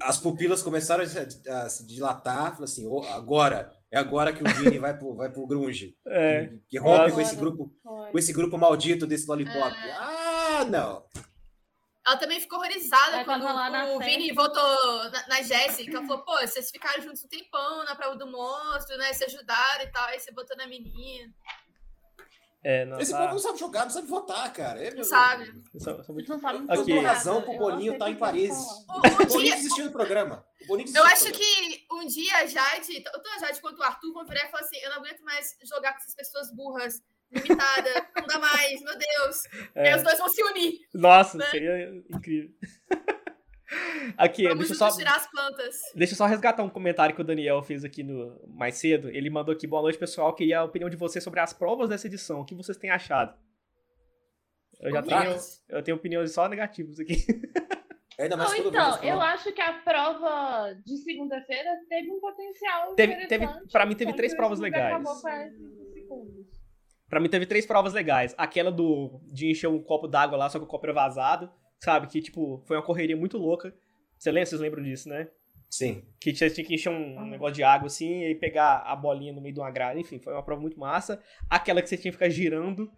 S4: As pupilas começaram a, se- a se dilatar, falou assim, "Oh, agora, é agora que o Vini vai pro, vai pro grunge,
S1: É.
S4: que, que rompe com
S3: Agora.
S4: esse grupo,
S3: Foi.
S4: com esse grupo maldito desse lollipop. Ah, não.
S2: Ela também ficou horrorizada
S3: Ela
S2: quando
S3: tava lá na
S2: o Vini
S3: festa.
S2: voltou na, na Jessie, que ela falou, pô, vocês ficaram juntos um tempão na prova do monstro, né? Se ajudaram e tal, aí você botou na menina.
S1: É, não,
S4: Esse
S1: tá-
S4: povo não sabe jogar, não sabe votar, cara. É, meu-
S2: sabe.
S1: são- são muito-
S3: Não sabe
S4: Eu
S1: Ok.
S4: dou razão pro
S3: Eu não
S4: Boninho
S3: sei
S4: estar
S3: o
S4: em
S3: que
S4: Paris.
S3: falar.
S2: Um- um
S4: O Boninho
S2: dia-
S4: desistiu do programa. O Boninho desistiu
S2: eu
S4: do
S2: acho
S4: programa.
S2: que um dia a Jade, tanto a Jade quanto o Arthur vão virar e falar assim, eu não aguento mais jogar com essas pessoas burras, limitada, não dá mais, meu Deus. E
S1: é.
S2: aí os dois vão se unir,
S1: Nossa,
S2: né?
S1: seria incrível. Aqui,
S2: vamos
S1: deixa eu
S2: juntos
S1: só.
S2: tirar as plantas.
S1: Deixa eu só resgatar um comentário que o Daniel fez aqui no mais cedo. Ele mandou aqui, boa noite, pessoal. Queria a opinião de vocês sobre as provas dessa edição. O que vocês têm achado? Eu já tenho,
S2: Horríveis.
S1: eu tenho opiniões só negativas aqui.
S4: Ainda mais
S3: Não,
S4: quando
S3: então,
S4: vem
S3: eu
S4: os
S3: acho que a prova de segunda-feira teve um potencial
S1: Teve- teve-
S3: interessante.
S1: pra mim, teve
S3: só
S1: três
S3: que o
S1: provas
S3: Scooby
S1: legais.
S3: Acabou 45 segundos.
S1: Pra mim teve três provas legais. Aquela do de encher um copo d'água lá, só que o copo era vazado, sabe? Que, tipo, foi uma correria muito louca. Você lembra? Vocês lembram disso, né?
S4: Sim.
S1: Que tinha tinha que encher um
S3: Ah.
S1: negócio de água assim e pegar a bolinha no meio de uma grade. Enfim, foi uma prova muito massa. Aquela que você tinha que ficar girando,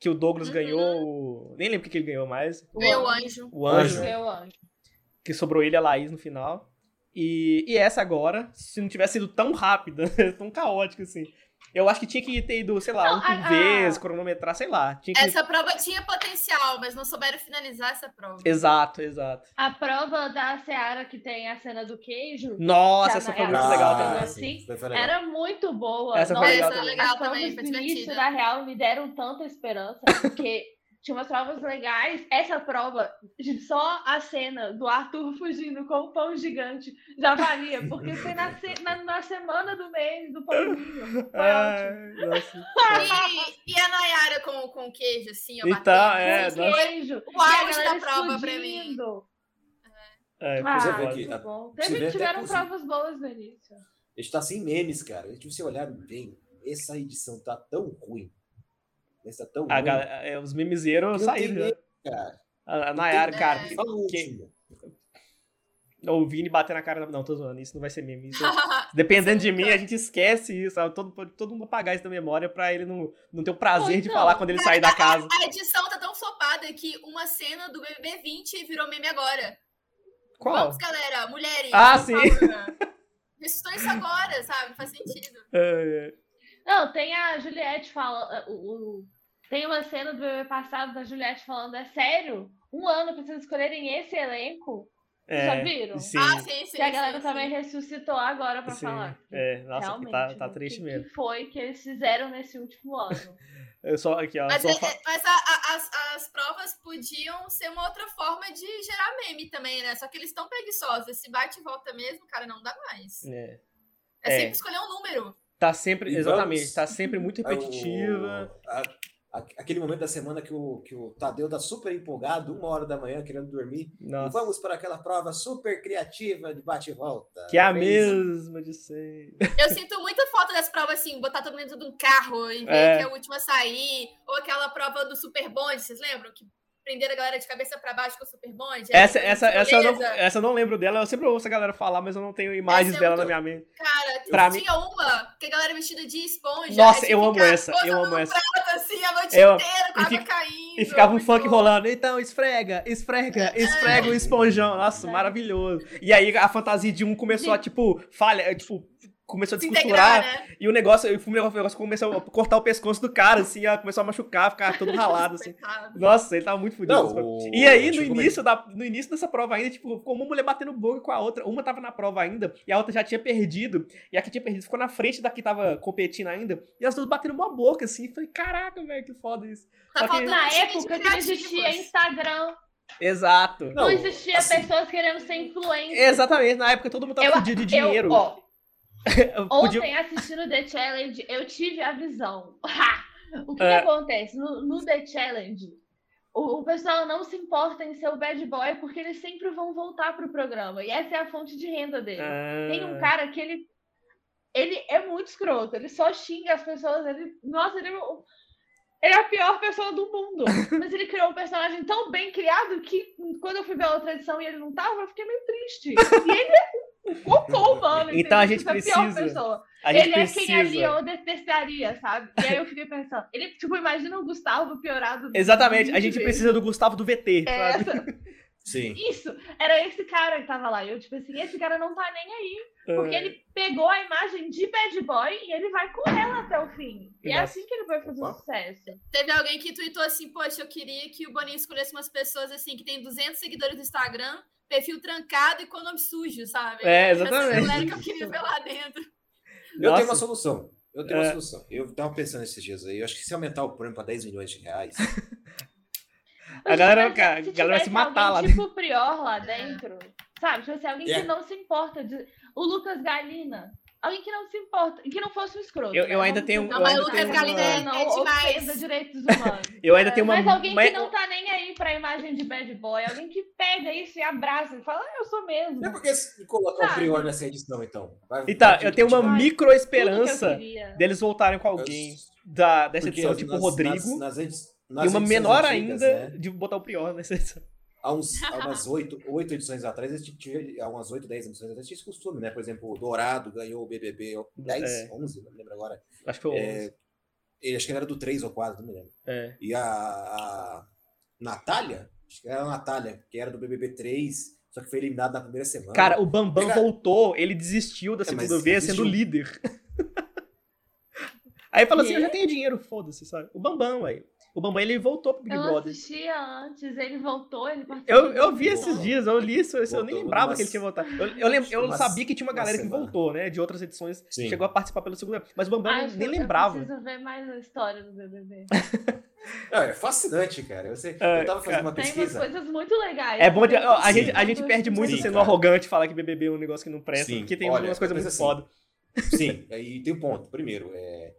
S1: que o Douglas
S2: Uhum.
S1: ganhou. o- Nem lembro o que que ele ganhou mais.
S2: Meu anjo.
S1: O anjo,
S4: Anjo.
S3: Meu anjo.
S1: que sobrou ele e a Laís no final. E, e essa agora, se não tivesse sido tão rápida, tão caótica assim. Eu acho que tinha que ter ido, sei lá,
S3: Não,
S1: um
S3: a-
S1: por
S3: a-
S1: vez, cronometrar, sei lá. Tinha que...
S2: Essa prova tinha potencial, mas não souberam finalizar essa prova.
S1: Exato, exato.
S3: A prova da Seara que tem a cena do queijo
S1: Nossa,
S3: Que a
S1: essa foi
S3: Nayara
S1: muito legal
S3: fazendo
S1: também.
S3: essa- assim,
S4: Ah, foi- foi legal.
S3: era muito boa.
S1: Essa foi
S3: Nossa,
S1: legal
S2: Essa é
S1: também.
S2: legal
S3: As provas
S2: também, foi
S3: do início
S2: divertida.
S3: da Real me deram tanta esperança, porque tinha umas provas legais. Essa prova, de só a cena do Arthur fugindo com o pão gigante já valia, porque foi na, se- na- na semana do mês do pãozinho. Foi ótimo.
S1: Ai, nossa.
S2: E, e a Nayara com, com queijo, assim, ó,
S1: Então,
S2: batendo,
S1: é,
S2: assim,
S3: Com
S1: nossa.
S3: queijo.
S2: O
S3: e a
S2: auge da
S3: galera
S2: prova pra mim.
S3: explodindo.
S1: É,
S3: Ah,
S1: pois é,
S4: vê
S1: pode.
S4: que-
S3: muito bom.
S4: você vê
S3: Teve,
S4: até
S3: tiveram
S4: com-
S3: provas boas no início.
S4: A gente tá sem memes, cara. A gente, se olhar bem, essa edição tá tão ruim. Essa tá tão
S1: A
S4: ruim.
S1: galera- é, os memezeiros
S4: Não tem
S1: saíram já.
S4: meme, cara.
S1: A, a Nayara,
S2: tem
S1: cara,
S2: meme.
S4: Fala o
S1: que-
S4: último.
S1: ou o Vini bater na cara. Não, tô zoando, isso não vai ser meme. isso é- Dependendo de mim, a gente esquece isso. sabe? Todo, pode todo mundo apagar isso da memória pra ele não, não ter o prazer
S3: Ou
S1: de
S3: então-
S1: falar quando ele sair da casa.
S2: A edição tá tão flopada que uma cena do BBB 20 virou meme agora.
S1: Qual?
S2: Vamos, galera, mulheres.
S1: Ah,
S2: por
S1: sim.
S2: favor. Ressuscitou isso agora, sabe? Não faz sentido.
S1: É, é.
S3: Não, tem a Juliette fala. eh, O, o- tem uma cena do bebê passado da Juliette falando: é sério? Um ano pra vocês escolherem esse elenco? Vocês já viram?
S1: É, Sim.
S2: Ah, sim, sim.
S3: Que a
S2: sim,
S3: galera tá
S2: sim.
S3: também ressuscitou agora pra
S1: sim.
S3: falar.
S1: É, nossa, que tá,
S3: Realmente,
S1: tá
S3: né?
S1: triste
S3: O que
S1: mesmo.
S3: que foi que eles fizeram nesse último ano?
S1: Eu só aqui, ó.
S2: Mas,
S1: só
S2: é-
S1: fa-
S2: é- mas a- a- as, as provas podiam ser uma outra forma de gerar meme também, né? Só que eles estão preguiçosos. Esse bate e volta mesmo, cara, não dá mais.
S1: é.
S2: É,
S1: É.
S2: sempre escolher um número.
S1: Tá sempre,
S4: E
S1: exatamente,
S4: vamos-
S1: tá sempre muito
S4: É o-
S1: repetitiva.
S4: a- Ah, a- aquele momento da semana que o, que o Tadeu tá super empolgado, uma hora da manhã, querendo dormir. E
S1: Nossa,
S4: vamos para aquela prova super criativa de bate e volta.
S1: que é a
S4: Fez-
S1: mesma de sempre.
S2: Eu sinto muita falta das provas assim, botar todo mundo dentro de um carro e ver
S1: É.
S2: que é o último a sair. Ou aquela prova do Super Bonde, vocês lembram? Que prenderam a galera de cabeça pra baixo com o Super Bonde. Aí,
S1: Essa, essa, essa, eu não,
S2: beleza.
S1: essa eu não lembro dela, eu sempre ouço a galera falar, mas eu não tenho imagens
S2: é
S1: dela
S2: muito-
S1: na minha mente.
S2: Cara,
S1: Pra mim-
S2: tinha uma que a galera vestida é de esponja.
S1: Nossa,
S2: aí tinha
S1: eu
S2: que
S1: amo
S2: ficar
S1: essa, eu
S2: posando
S1: amo
S2: no
S1: essa.
S2: prato, assim, a noite
S1: Eu-
S2: inteira, com
S1: e
S2: a água
S1: fica-
S2: caindo. tipo,
S1: E ficava um
S2: muito
S1: funk
S2: bom.
S1: rolando, então esfrega,
S2: É.
S1: esfrega, esfrega o esponjão. Nossa,
S3: É.
S1: maravilhoso. E aí a fantasia de um começou a, tipo, falha, é, tipo, começou a
S2: Se
S1: descosturar.
S2: integrar, né?
S1: E o negócio, o negócio começou a cortar o pescoço do cara, assim, ó, começou a machucar, ficar todo ralado, assim.
S2: Coitado.
S1: Nossa, ele tava muito fudido.
S4: Não, o-
S1: E aí, no
S4: deixa eu comentar.
S1: início, da, no início dessa prova ainda, tipo, ficou uma mulher batendo boca com a outra. Uma tava na prova ainda, e a outra já tinha perdido. E a que tinha perdido ficou na frente da que tava competindo ainda. E as duas batendo uma boca, assim. Falei, caraca, velho, que foda isso. Só
S2: Tá
S1: que-
S2: faltando
S3: Na
S2: gente
S3: época que não existia
S2: criativa.
S3: Instagram,
S1: Exato.
S4: Não,
S3: não, existia
S4: assim-
S3: pessoas querendo ser influentes.
S1: Exatamente, na época todo mundo tava fudido de é dinheiro.
S3: Eu, ó,
S1: Podia-
S3: Ontem, assistindo The Challenge, eu tive a visão. Ha! o que,
S1: É.
S3: que acontece? No, no The Challenge, o, o pessoal não se importa em ser o bad boy porque eles sempre vão voltar pro programa. E essa é a fonte de renda dele.
S1: Ah,
S3: Tem um cara que ele. Ele é muito escroto, ele só xinga as pessoas. Ele, nossa, ele é, o- ele é a pior pessoa do mundo. Mas ele criou um personagem tão bem criado que quando eu fui ver a outra edição e ele não tava, eu fiquei meio triste. E ele é um cocô humano.
S1: Então a
S3: entendeu?
S1: gente
S3: Isso é a pior
S1: precisa.
S3: pessoa
S1: a gente
S3: ele é quem ali
S1: precisa.
S3: eu detestaria, sabe? E aí eu fiquei pensando, ele, tipo, imagina o Gustavo piorado. do-
S1: Exatamente, a
S3: vinte
S1: gente
S3: vezes.
S1: precisa do Gustavo do VT,
S3: É,
S1: sabe?
S3: essa-
S4: Sim.
S3: isso, era esse cara que tava lá. E eu, tipo assim, esse cara não tá nem aí. Porque ele pegou a imagem de bad boy e ele vai com ela até o fim. E é
S1: Nossa.
S3: assim que ele vai fazer
S4: Opa.
S3: sucesso.
S2: Teve alguém que tweetou assim, poxa, eu queria que o Boninho escolhesse umas pessoas assim que tem 200 seguidores no Instagram, perfil trancado e com nome sujo, sabe?
S1: É,
S2: Essa
S1: exatamente.
S2: galera que eu queria ver lá dentro.
S4: Eu tenho
S1: Ah, Nossa.
S4: uma solução. Eu tenho
S1: É.
S4: uma solução. Eu tava pensando esses dias aí. Eu acho que se aumentar o prêmio para 10 milhões de reais.
S1: A galera-
S3: tipo,
S1: a galera vai se
S3: tivesse
S1: matar
S3: alguém
S1: lá
S3: Tipo o Prior lá dentro. Sabe? Tipo assim, alguém
S4: É.
S3: que não se importa. De... O Lucas Galina. Alguém que não se importa. Que não fosse um escroto.
S1: Eu-
S3: né?
S1: eu ainda
S3: Vamos
S1: tenho-
S3: dizer,
S1: eu
S2: Não, mas
S1: ainda
S2: o Lucas
S1: tenho
S2: Galina
S1: uma-
S2: é,
S3: não
S2: é
S3: ofenda
S2: demais.
S3: direitos humanos.
S1: Eu ainda tenho uma.
S3: Mas alguém
S1: mas-
S3: que não tá nem aí pra imagem de bad boy, alguém que pega isso e abraça e fala, ah, eu sou mesmo.
S4: É porque se colocar o
S3: Sabe?
S4: Prior nessa edição, então. Vai- tipo
S1: E tá,
S4: vai-
S1: eu tenho uma
S4: vai-
S1: micro
S3: Tudo que eu
S1: esperança
S3: queria.
S1: deles voltarem com alguém da, dessa
S4: Porque
S1: edição,
S4: as-
S1: tipo o
S4: nas-
S1: Rodrigo.
S4: nas- nas edi-
S1: e uma
S4: nas edições
S1: menor
S4: antigas,
S1: ainda
S4: né,
S1: de botar o Prior nessa edição.
S4: há, uns, há umas oito oito edições atrás, eles tinham, há umas oito dez edições atrás, tinha esse costume, né? Por exemplo, o Dourado ganhou o BBB 10,
S1: É.
S4: 11, não me lembro agora.
S1: Acho que foi o
S4: É,
S1: 11.
S4: Ele- Acho que ele era do 3 ou 4, não me lembro.
S1: É.
S4: E a, a Natália, acho que era a Natália, que era do BBB 3, só que foi eliminada na primeira semana.
S1: Cara, o Bambam
S4: Cara-
S1: voltou, ele desistiu da
S4: Ah. É, mas
S1: segunda vez sendo
S4: desistiu.
S1: líder. Aí falou assim:
S3: E é.
S1: eu já tenho dinheiro, foda-se, sabe? O Bambam, velho. O Bambam ele voltou pro Big
S3: Eu
S1: Brother.
S3: assistia antes, ele voltou, ele participou.
S1: Eu, eu vi
S4: Voltou.
S1: esses dias, eu li isso, eu nem
S4: Voltou
S1: lembrava
S4: umas-
S1: que ele tinha voltado. Eu, eu, lem- eu
S4: umas-
S1: sabia que tinha uma
S4: uma
S1: galera que
S4: semana.
S1: voltou, né? De outras edições,
S4: Sim.
S1: chegou a participar pela segunda vez. Mas o Bambam
S3: Acho
S1: nem-
S3: que
S1: nem
S3: Ah, eu
S1: lembrava.
S3: preciso ver mais a história do BBB.
S4: Não, é fascinante, cara. Você,
S1: É,
S4: eu tava fazendo uma
S3: Tem umas
S4: pesquisa.
S3: coisas muito legais. né?
S1: É bom de, ó, a,
S4: Sim.
S1: gente, a gente perde muito
S4: Sim,
S1: sendo
S4: cara.
S1: arrogante falar que BBB é um negócio que não presta,
S4: Sim,
S1: porque tem
S4: olha,
S1: algumas coisas
S4: mas
S1: muito
S4: assim,
S1: foda.
S4: Sim, aí tem um ponto. Primeiro, é,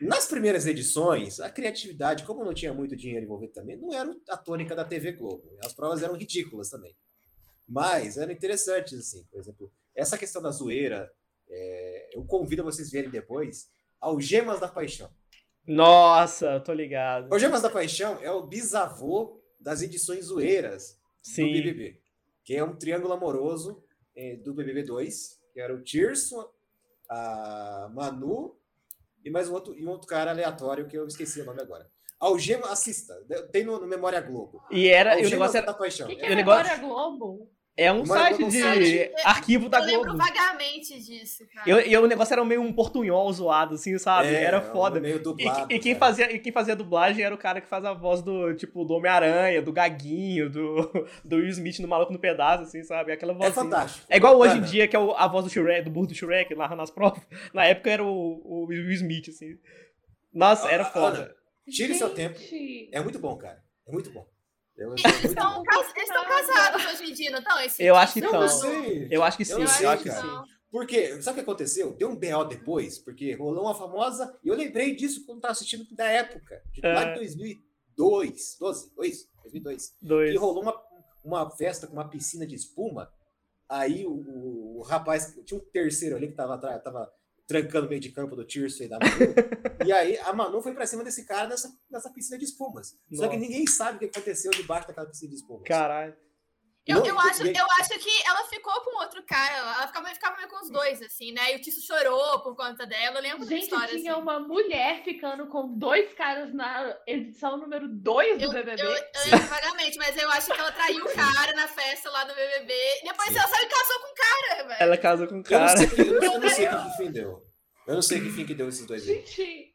S4: nas primeiras edições, a criatividade, como não tinha muito dinheiro envolvido também, não era a tônica da TV Globo. As provas eram ridículas também. Mas eram interessantes, assim. Por exemplo, essa questão da zoeira, é, eu convido vocês verem depois. Algemas da Paixão.
S1: Nossa, eu tô ligado.
S4: Algemas da Paixão é o bisavô das edições zoeiras do
S1: Sim.
S4: BBB, que é um triângulo amoroso eh, do BBB 2, que era o Tirso, a Manu e mais um outro, e um outro cara aleatório que eu esqueci o nome agora. Algema, assista, de- tem no, no Memória Globo.
S1: E era, e o
S4: Algemas
S1: negócio era.
S4: da Paixão.
S3: O que, que
S4: É,
S1: Eu
S3: é
S1: negócio-
S3: negócio... Globo?
S1: É um
S4: Mano,
S1: site
S4: eu não
S1: de
S4: sei.
S1: arquivo da
S2: eu lembro
S1: Globo.
S2: vagamente disso, cara.
S1: Eu, eu, o negócio era meio um portunhol zoado, assim, sabe?
S4: É,
S1: era
S4: é um
S1: foda.
S4: Meio
S1: E,
S4: dublado,
S1: e quem
S4: cara.
S1: fazia, e quem fazia dublagem era o cara que faz a voz do, tipo, do Homem-Aranha, do Gaguinho, do, do Will Smith no Maluco no Pedaço, assim, sabe? Aquela voz.
S4: É fantástico.
S1: É igual hoje em
S4: Cara.
S1: dia, que é o- a voz do Shrek, do burro do Shrek, lá nas provas. Na época era o, o Will Smith, assim. Nossa, era
S4: Ah,
S1: foda.
S4: Tire seu tempo.
S3: Gente, então,
S4: É muito bom, cara. É muito bom. Eu achei
S2: Eles
S4: muito
S2: estão
S4: bom.
S2: cas- eles estão casados hoje em dia, não estão? Esse tipo
S1: Eu acho que
S2: não,
S1: tão.
S4: Eu não
S2: não.
S4: sei.
S1: Eu acho que sim,
S4: Eu
S1: eu
S4: sei,
S1: acho que
S4: cara.
S1: sim.
S4: Porque, sabe o que aconteceu? Deu um BO depois, porque rolou uma famosa, e eu lembrei disso quando tava assistindo da época, de lá
S1: É.
S4: de 2002, 12, 2, 2002,
S1: Dois.
S4: que rolou uma, uma festa com uma piscina de espuma, aí o, o- o rapaz, tinha um terceiro ali que tava, tra- tava trancando o meio de campo do Tirso e da Manu, e aí a Manu foi pra cima desse cara nessa, nessa piscina de espumas. Só
S1: Nossa.
S4: que ninguém sabe o que aconteceu debaixo daquela piscina de espumas.
S1: Caralho.
S2: Eu,
S4: Não,
S2: eu, acho,
S4: ninguém-
S2: eu acho que ela ficou com outro cara. Ela ficava, ficava meio com os dois, assim, né? E o Tício chorou por conta dela. Eu lembro da
S3: gente
S2: história.
S3: tinha
S2: assim.
S3: uma mulher ficando com dois caras na edição número 2 do BBB.
S2: Eu, eu lembro vagamente, mas eu acho que ela traiu o cara na festa lá do BBB. E depois
S4: Sim.
S2: ela saiu e casou com o cara, velho.
S1: Ela casou com o
S4: Eu não,
S1: cara.
S4: sei, que- eu não sei que fim deu. Eu não sei que fim que deu esses dois aí.
S3: Gente,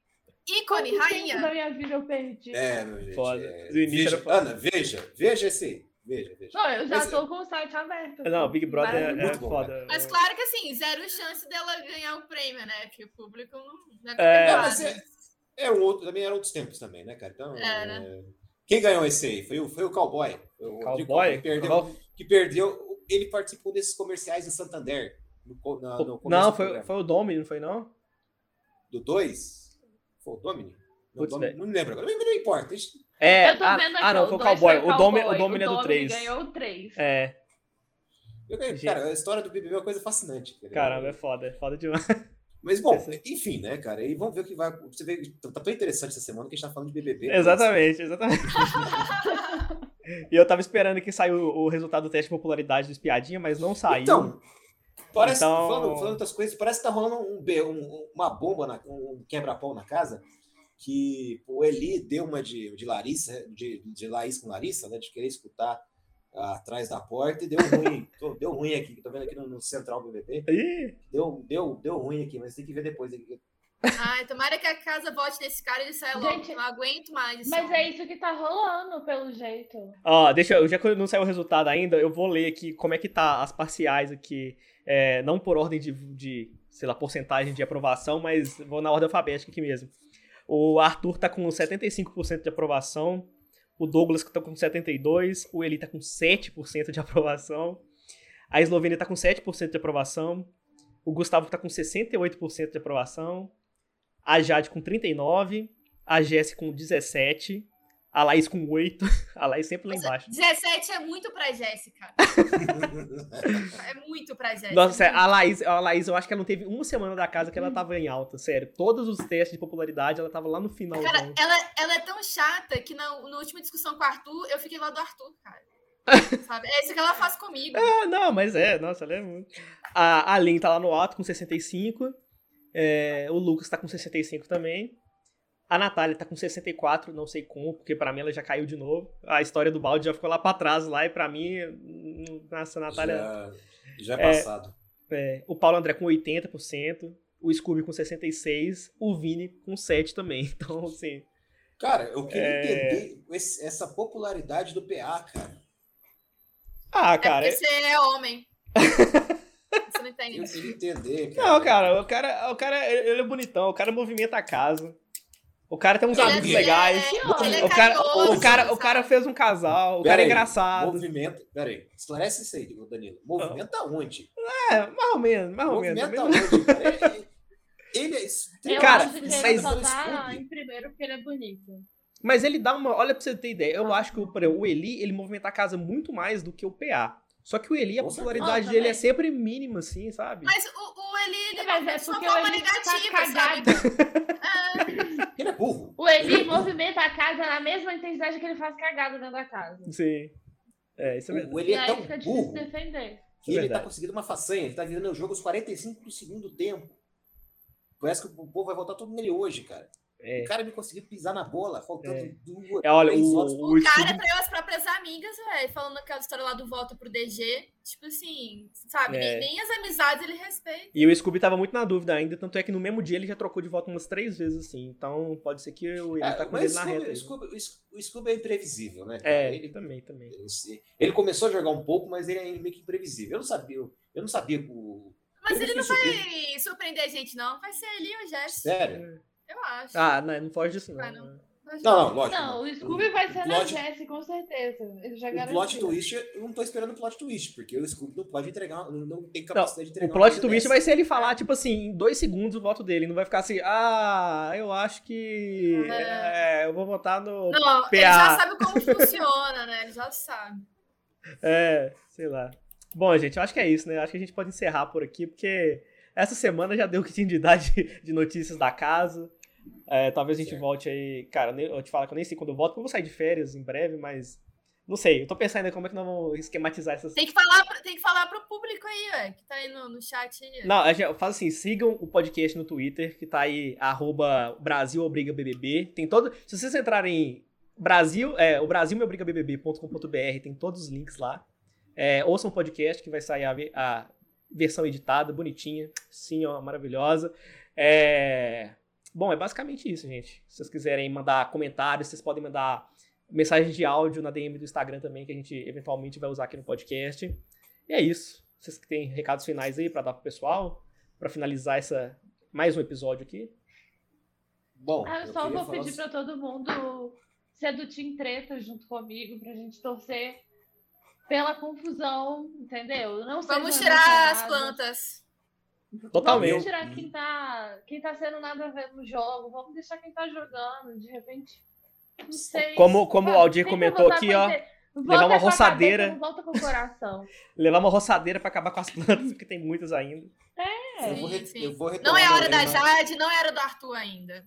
S2: Ícone,
S3: quanto tempo
S2: rainha.
S3: da minha vida eu perdi.
S4: É, meu gente.
S1: Foda.
S4: é.
S1: Do início
S4: veja,
S1: era foda.
S4: Ana, veja. Veja esse aí. Veja, veja.
S3: Não, eu já
S4: Mas-
S3: tô com o site aberto.
S1: Não, Big Brother é, é
S4: Muito bom, né?
S1: foda.
S2: Mas claro que assim, zero chance dela ganhar o prêmio, né? Porque o público não, não
S1: É.
S4: É,
S2: contemplado.
S4: mas é, é um outro, também eram outros tempos também, né, cara? Então,
S2: É,
S4: é, Quem ganhou esse aí? Foi o, foi o Cowboy. Foi o Rodrigo Cowboy,
S1: Cowboy?
S4: que perdeu,
S1: Cowboy-
S4: que perdeu. Ele participou desses comerciais em Santander. No, co- na- no começo
S1: Não,
S4: do
S1: foi,
S4: programa.
S1: foi o Domino, não foi não?
S4: Do 2? Foi o Domini? Não,
S1: Putz,
S4: Domini-
S1: velho.
S4: não lembro agora. Não, não importa. a gente-
S1: É,
S3: eu tô
S1: ah,
S3: vendo aqui.
S1: ah, não,
S3: o
S1: foi o
S3: dois
S1: Cowboy. O Domino,
S3: Cowboy,
S1: o Domino é do 3.
S3: ganhou o 3.
S1: É,
S4: Eu ganhei.
S1: Gente.
S4: Cara, a história do BBB é uma coisa fascinante. entendeu?
S1: caramba, é foda, é foda demais.
S4: Mas, bom,
S1: Esse-
S4: enfim, né, cara? E vamos ver o que vai. Você vê, tá tão interessante essa semana que a gente tá falando de BBB.
S1: exatamente, exatamente. e eu tava esperando que saiu o resultado do teste de popularidade do Espiadinha, mas não saiu.
S4: Então, parece,
S1: Então-
S4: Falando, falando outras coisas, parece que tá rolando um, be- um- uma bomba, na, um quebra-pau na casa, que o Eli deu uma de, de Larissa, de, de Laís com Larissa, né, de querer escutar ah, atrás da porta e deu ruim. Tô- deu ruim aqui, tô vendo aqui no, no Central BBB.
S1: Ih,
S4: Deu, deu, deu ruim aqui, mas tem que ver depois. aqui.
S2: Ai, tomara que a casa vote nesse cara e ele saia logo.
S3: Gente,
S2: não aguento mais. isso.
S3: Mas é isso que tá rolando, pelo jeito.
S1: Ó, deixa eu, já que não saiu o resultado ainda, eu vou ler aqui como é que tá as parciais aqui, é, não por ordem de, de, sei lá, porcentagem de aprovação, mas vou na ordem alfabética aqui mesmo. O Arthur tá com 75% de aprovação, o Douglas tá com 72%, o Eli tá com 7% de aprovação, a Eslovênia tá com 7% de aprovação, o Gustavo tá com 68% de aprovação, a Jade com 39%, a Jess com 17%, a Laís com 8%, a Laís sempre lá embaixo.
S2: 17 é muito pra Jéssica. É Hum. muito pra Jéssica.
S1: Nossa, é sério, a Laís, a Laís, eu acho que ela não teve uma semana da casa que ela tava em alta, sério. Todos os testes de popularidade, ela tava lá no final.
S2: Cara, ela, ela é tão chata que na, na última discussão com o Arthur, eu fiquei lá do Arthur, cara. Sabe? É isso que ela faz comigo.
S1: Ah, não, mas é, nossa, ela é muito. A Alin tá lá no alto com 65. é, o Lucas tá com 65 também. A Natália tá com 64, não sei como, porque pra mim ela já caiu de novo. A história do balde já ficou lá pra trás, lá, e pra mim, hum, nossa, a Natália.
S4: Já, já é
S1: É.
S4: passado.
S1: é, o Paulo André com 80%, o Scooby com 66%, o Vini com 7% também. Então, assim.
S4: Cara, eu queria
S1: É.
S4: entender esse- essa popularidade do PA, cara.
S1: Ah,
S2: é
S1: cara.
S2: porque você é homem. você não entende.
S4: Eu queria entender, cara.
S1: Não, cara, o cara, o cara ele é bonitão, o cara movimenta a casa. O cara tem uns
S4: Ele é-
S1: amigos
S4: ele é-
S1: legais.
S2: ele é
S1: o, cara,
S2: carinhoso,
S1: o, cara, o
S2: sabe?
S1: cara fez um casal, o
S4: Pera
S1: cara é
S4: aí,
S1: engraçado.
S4: Movimento. Peraí, esclarece isso aí, Danilo. Movimenta onde?
S1: É, mais ou menos, mais ou menos.
S4: Movimenta onde? cara? É, Ele- Ele é
S3: Eu
S4: extremamente
S1: Cara,
S3: acho que ele
S1: mas-
S3: só
S4: fixado
S3: tá
S4: no
S3: em
S4: Scooby.
S3: primeiro porque ele é bonito.
S1: Mas ele dá uma. Olha pra você ter ideia, eu acho que por exemplo, o Eli, ele movimenta a casa muito mais do que o PA. Só que o Eli, a
S4: Com certeza.
S1: popularidade
S3: Ah,
S1: dele é
S3: também.
S1: sempre mínima, assim, sabe?
S2: Mas o, o Eli, ele
S3: Mas é
S2: de uma
S3: porque o
S2: forma
S3: Eli tá
S2: negativa, sabe?
S3: cagado.
S4: Ele é burro.
S3: O Eli movimenta a casa na mesma intensidade que ele faz cagada dentro da casa.
S1: Sim. É, isso é verdade.
S4: O- Ele
S3: e
S4: é
S3: aí
S4: tão
S3: fica difícil
S4: burro
S3: defender.
S4: que ele tá
S1: Verdade.
S4: conseguindo uma façanha. Ele tá virando o jogo aos 45 do segundo tempo. Parece que o povo vai voltar todo nele hoje, cara.
S1: É.
S4: O cara me conseguiu pisar na bola, faltando
S1: É.
S4: duas.
S1: É, olha,
S4: três
S1: o,
S4: horas.
S1: o
S2: O cara
S1: estudo-
S2: traiu as próprias amigas, velho, falando aquela história lá do voto pro DG. Tipo assim, sabe?
S1: É.
S2: Nem, nem as amizades ele respeita.
S1: E o Scooby tava muito na dúvida ainda, tanto é que no mesmo dia ele já trocou de voto umas três vezes, assim. Então pode ser que eu- ele
S4: É,
S1: tá com
S4: mas
S1: ele na
S4: Scooby-
S1: reta. aí.
S4: Scooby- o Sco- o Scooby é imprevisível, né?
S1: É,
S4: Ele,
S1: também, também.
S4: ele começou a jogar um pouco, mas ele é meio que imprevisível. Eu não sabia, eu não sabia o.
S2: Mas
S4: eu
S2: ele não
S4: fiquei surpreso.
S2: vai surpreender a gente, não. Vai ser ele e o Jess,
S4: Sério?
S2: eu acho.
S1: É. Ah, não, não foge disso, não.
S2: Ah, não.
S4: Não, não, lógico.
S3: Não, o Scooby vai ser na
S4: plot-
S3: Jessie, com certeza. Ele já
S4: O plot
S3: garantiu.
S4: twist, eu não tô esperando o plot twist, porque o Scooby não pode entregar, não- não tem
S1: Não,
S4: capacidade de
S1: O
S4: entregar. uma
S1: plot
S4: coisa
S1: twist
S4: dessa.
S1: vai ser ele falar, tipo assim, em dois segundos o voto dele. Não vai ficar assim, ah, eu acho que. é, eu vou votar no.
S2: Não,
S1: PA.
S2: ele já sabe como funciona, né? Ele já sabe.
S1: É, sei lá. Bom, gente, eu acho que é isso, né? Eu Acho que a gente pode encerrar por aqui, porque essa semana já deu o que tinha de dar de, de notícias da casa. É, talvez a gente
S4: Certo.
S1: volte aí. Cara, eu nem- eu te falo que eu nem sei quando eu volto, porque eu vou sair de férias em breve, mas. Não sei, eu tô pensando ainda como é que nós vamos esquematizar essas.
S2: Tem que falar, pro- tem que falar pro público aí, ué, que tá aí no, no chat aí.
S1: Não, a gente- faz assim, sigam o podcast no Twitter, que tá aí, arroba Brasil Obriga BBB. Tem todo. Se vocês entrarem em Brasil, é, o Brasil me obriga BBB.com.br, tem todos os links lá. É, ouçam o podcast que vai sair a, ve- a versão editada, bonitinha. Sim, ó, maravilhosa. É, Bom, é basicamente isso, gente. Se vocês quiserem mandar comentários, vocês podem mandar mensagem de áudio na DM do Instagram também, que a gente eventualmente vai usar aqui no podcast. E é isso. Vocês que têm recados finais aí pra dar pro pessoal, Pra finalizar essa mais um episódio aqui.
S4: Bom,
S3: Ah, eu só
S4: queria
S3: vou
S4: falar assim,
S3: pedir
S1: assim.
S3: pra todo mundo ser do Team Treta junto comigo, pra gente torcer pela confusão, entendeu? Não
S2: Vamos
S3: sejam
S2: tirar as
S3: emocionados.
S2: plantas.
S1: Totalmente. Hum.
S3: Vamos tirar quem tá, quem tá sendo nada a ver no jogo, vamos deixar quem tá jogando, de repente. Não sei.
S1: Como- como o
S3: Sabe,
S1: Aldir
S3: tenta
S1: comentou
S3: voltar
S1: aqui,
S3: com a
S1: ó,
S3: inte- Volta
S1: levar uma
S3: com a cabeça,
S1: roçadeira.
S3: não volta com o coração.
S1: Levar uma roçadeira pra acabar com as plantas, porque tem muitas ainda. É.
S3: É,
S4: Eu vou,
S2: Sim,
S4: re-
S2: sim.
S4: eu vou retomar
S2: Não é a
S4: meu
S2: hora da
S4: lema-
S2: Jade, não é a hora do Arthur ainda.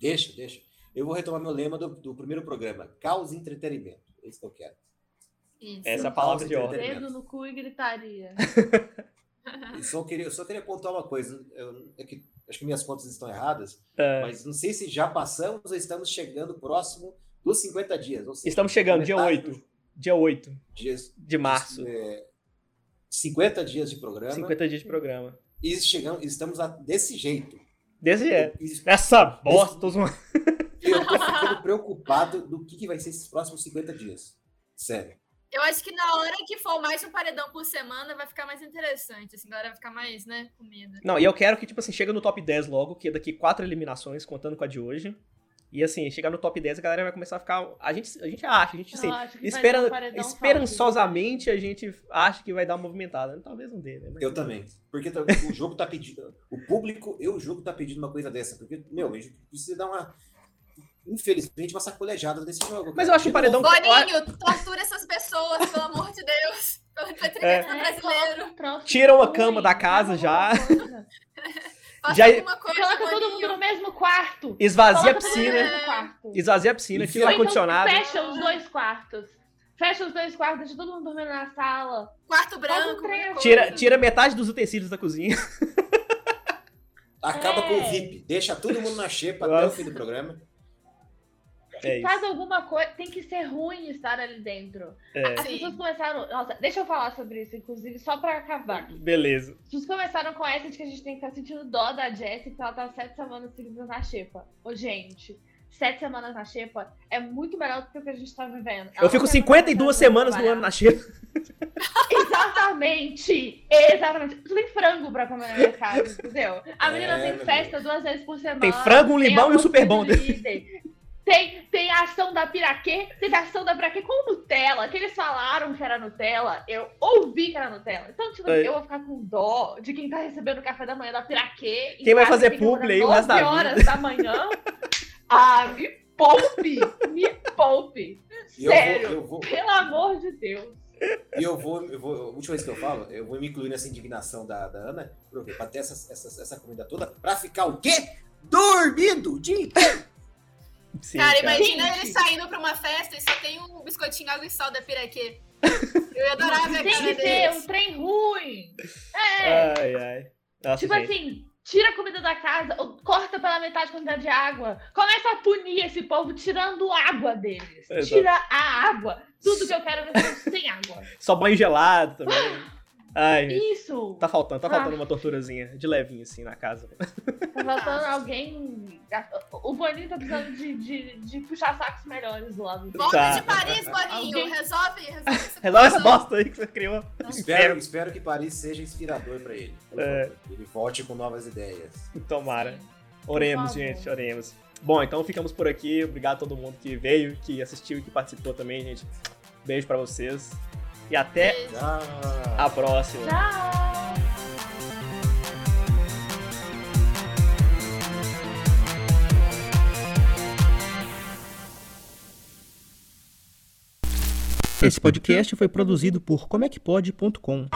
S4: Deixa, deixa. Eu vou retomar meu lema do, do primeiro programa: caos e entretenimento. É isso que eu quero.
S2: Isso.
S1: Essa é a palavra de ordem.
S3: Dedo no cu e gritaria.
S4: Eu só queria, eu só queria apontar uma coisa. eu- é que- acho que minhas contas estão erradas,
S1: É.
S4: mas não sei se já passamos ou estamos chegando próximo dos 50 dias. ou seja,
S1: Estamos chegando, dia
S4: metade
S1: 8
S4: dos
S1: Dia 8
S4: Dias,
S1: de março.
S4: é, 50 dias de programa
S1: 50 dias de programa.
S4: e chegamos, estamos a- desse jeito.
S1: Desse jeito.
S4: E-
S1: Essa bosta, tô zoando.
S4: e eu tô ficando preocupado do que, que vai ser esses próximos 50 dias. Sério.
S2: Eu acho que na hora que for mais um paredão por semana, vai ficar mais interessante. Assim, a galera vai ficar mais, né, com medo.
S1: Não, e eu quero que, tipo assim, chega no top 10 logo, que é daqui quatro eliminações, contando com a de hoje. E assim, chegar no top 10, a galera vai começar a ficar. A gente, a gente acha, a gente assim,
S3: Eu acho que vai
S1: espera-
S3: dar um paredão né?
S1: esperançosamente a gente acha que vai dar uma movimentada. Talvez não dê, né? Mas-
S4: Eu também. Porque tá- o jogo tá pedindo. O público e o jogo tá pedindo uma coisa dessa. Porque, meu, a gente precisa dar uma. Infelizmente, uma sacolejada nesse jogo.
S1: Mas
S4: cara.
S1: eu acho que o paredão-
S2: Boninho, tortura essas pessoas, pelo amor de Deus. Pelo entretenimento
S3: forte. É,
S2: Tá brasileiro.
S3: coloca um troço
S1: Tiram a
S3: ruim,
S1: cama da
S3: faz
S1: casa já.
S3: alguma coisa.
S2: Faça
S1: Já-
S2: alguma coisa,
S3: Coloca todo mundo
S2: Boninho.
S3: no mesmo quarto.
S1: Esvazia a
S3: Coloca todo mundo
S1: piscina.
S3: no mesmo quarto.
S1: Esvazia a piscina, tira
S4: Ou
S1: o
S3: Ou
S4: então
S1: ar-condicionado.
S3: Então, fecha os dois quartos. Fecha os dois quartos, deixa todo mundo dormindo na sala.
S2: Quarto
S3: Faz um
S2: branco.
S3: trem
S2: qualquer
S3: assim.
S1: Tira,
S2: coisa.
S1: tira metade dos utensílios da cozinha.
S4: Acaba com o
S3: É.
S4: VIP. Deixa todo mundo na xepa até o
S1: Nossa.
S4: fim do programa.
S1: É isso.
S3: Faz alguma coisa. Tem que ser ruim estar ali dentro.
S1: É.
S3: As
S2: Sim.
S3: pessoas começaram. Nossa, deixa eu falar sobre isso, inclusive, só pra acabar.
S1: Beleza.
S3: Vocês começaram com essa de que a gente tem que estar sentindo dó da Jessie, que ela tá sete semanas seguidas na xepa. Ô, gente, sete semanas na xepa é muito melhor do que o que a gente tá vivendo.
S1: Eu fico 52 semanas no ano na xepa.
S3: Exatamente! Exatamente. Tu tem frango pra comer na minha casa, entendeu? A
S4: É,
S3: menina tem
S4: meu
S3: festa duas vezes por semana.
S1: Tem frango, um
S3: tem
S1: limão e um
S3: almoço
S1: super bom.
S3: do líder, Tem, tem a ação da piraquê, teve a ação da piraquê com Nutella, que eles falaram que era Nutella, eu ouvi que era Nutella. Então, tipo,
S1: É.
S3: eu vou ficar com dó de quem tá recebendo o café da manhã da piraquê. em
S1: Quem vai
S3: casa,
S1: fazer
S3: tem que acordar
S1: publi aí o resto da
S3: 9
S1: vida.
S3: horas da manhã. Ah, me poupe! Me poupe!
S4: E eu vou-
S3: Sério,
S4: eu vou-
S3: pelo amor de Deus.
S4: E eu vou, eu vou, a última vez que eu falo, eu vou me incluir nessa indignação da, da Ana, pra, eu ver, pra ter essa, essa, essa comida toda, pra ficar o quê? Dormindo o dia inteiro.
S1: Sim,
S2: Cara,
S1: cara.
S2: imagina
S3: Gente.
S2: ele saindo pra uma festa e só tem um biscoitinho água e sal da piraquê. Eu ia adorar ver a
S3: Tem
S2: cara é
S3: que ser
S2: dele.
S3: um trem ruim. É.
S1: Ai, ai. Nossa,
S3: tipo
S1: gente.
S3: assim, Tira a comida da casa, ou corta pela metade a quantidade de água. Começa a punir esse povo tirando água deles.
S1: Exato.
S3: Tira a água. Tudo que eu quero é ver se tem água.
S1: Só banho gelado também. Ai, gente.
S3: Isso!
S1: Tá faltando, tá faltando
S3: Ah.
S1: uma torturazinha de levinho, assim, na casa.
S3: Tá faltando alguém. O Boninho tá precisando de, de, de puxar sacos melhores do lado. dele.
S2: Volta
S1: Tá.
S2: de Paris, Boninho.
S3: Alguém-
S2: Resolve, resolve essa
S1: Resolve essa
S2: confusão.
S1: bosta aí que você criou.
S4: Espero, espero que Paris seja inspirador pra ele. Por
S1: É.
S4: favor. Ele volte com novas ideias.
S1: Tomara. Oremos,
S3: favor.
S1: gente, oremos. Bom, então ficamos por aqui. Obrigado a todo mundo que veio, que assistiu e que participou também, gente. Beijo pra vocês. E até
S4: Tchau.
S1: a próxima.
S3: Tchau!
S5: Esse podcast foi produzido por comecpod.com.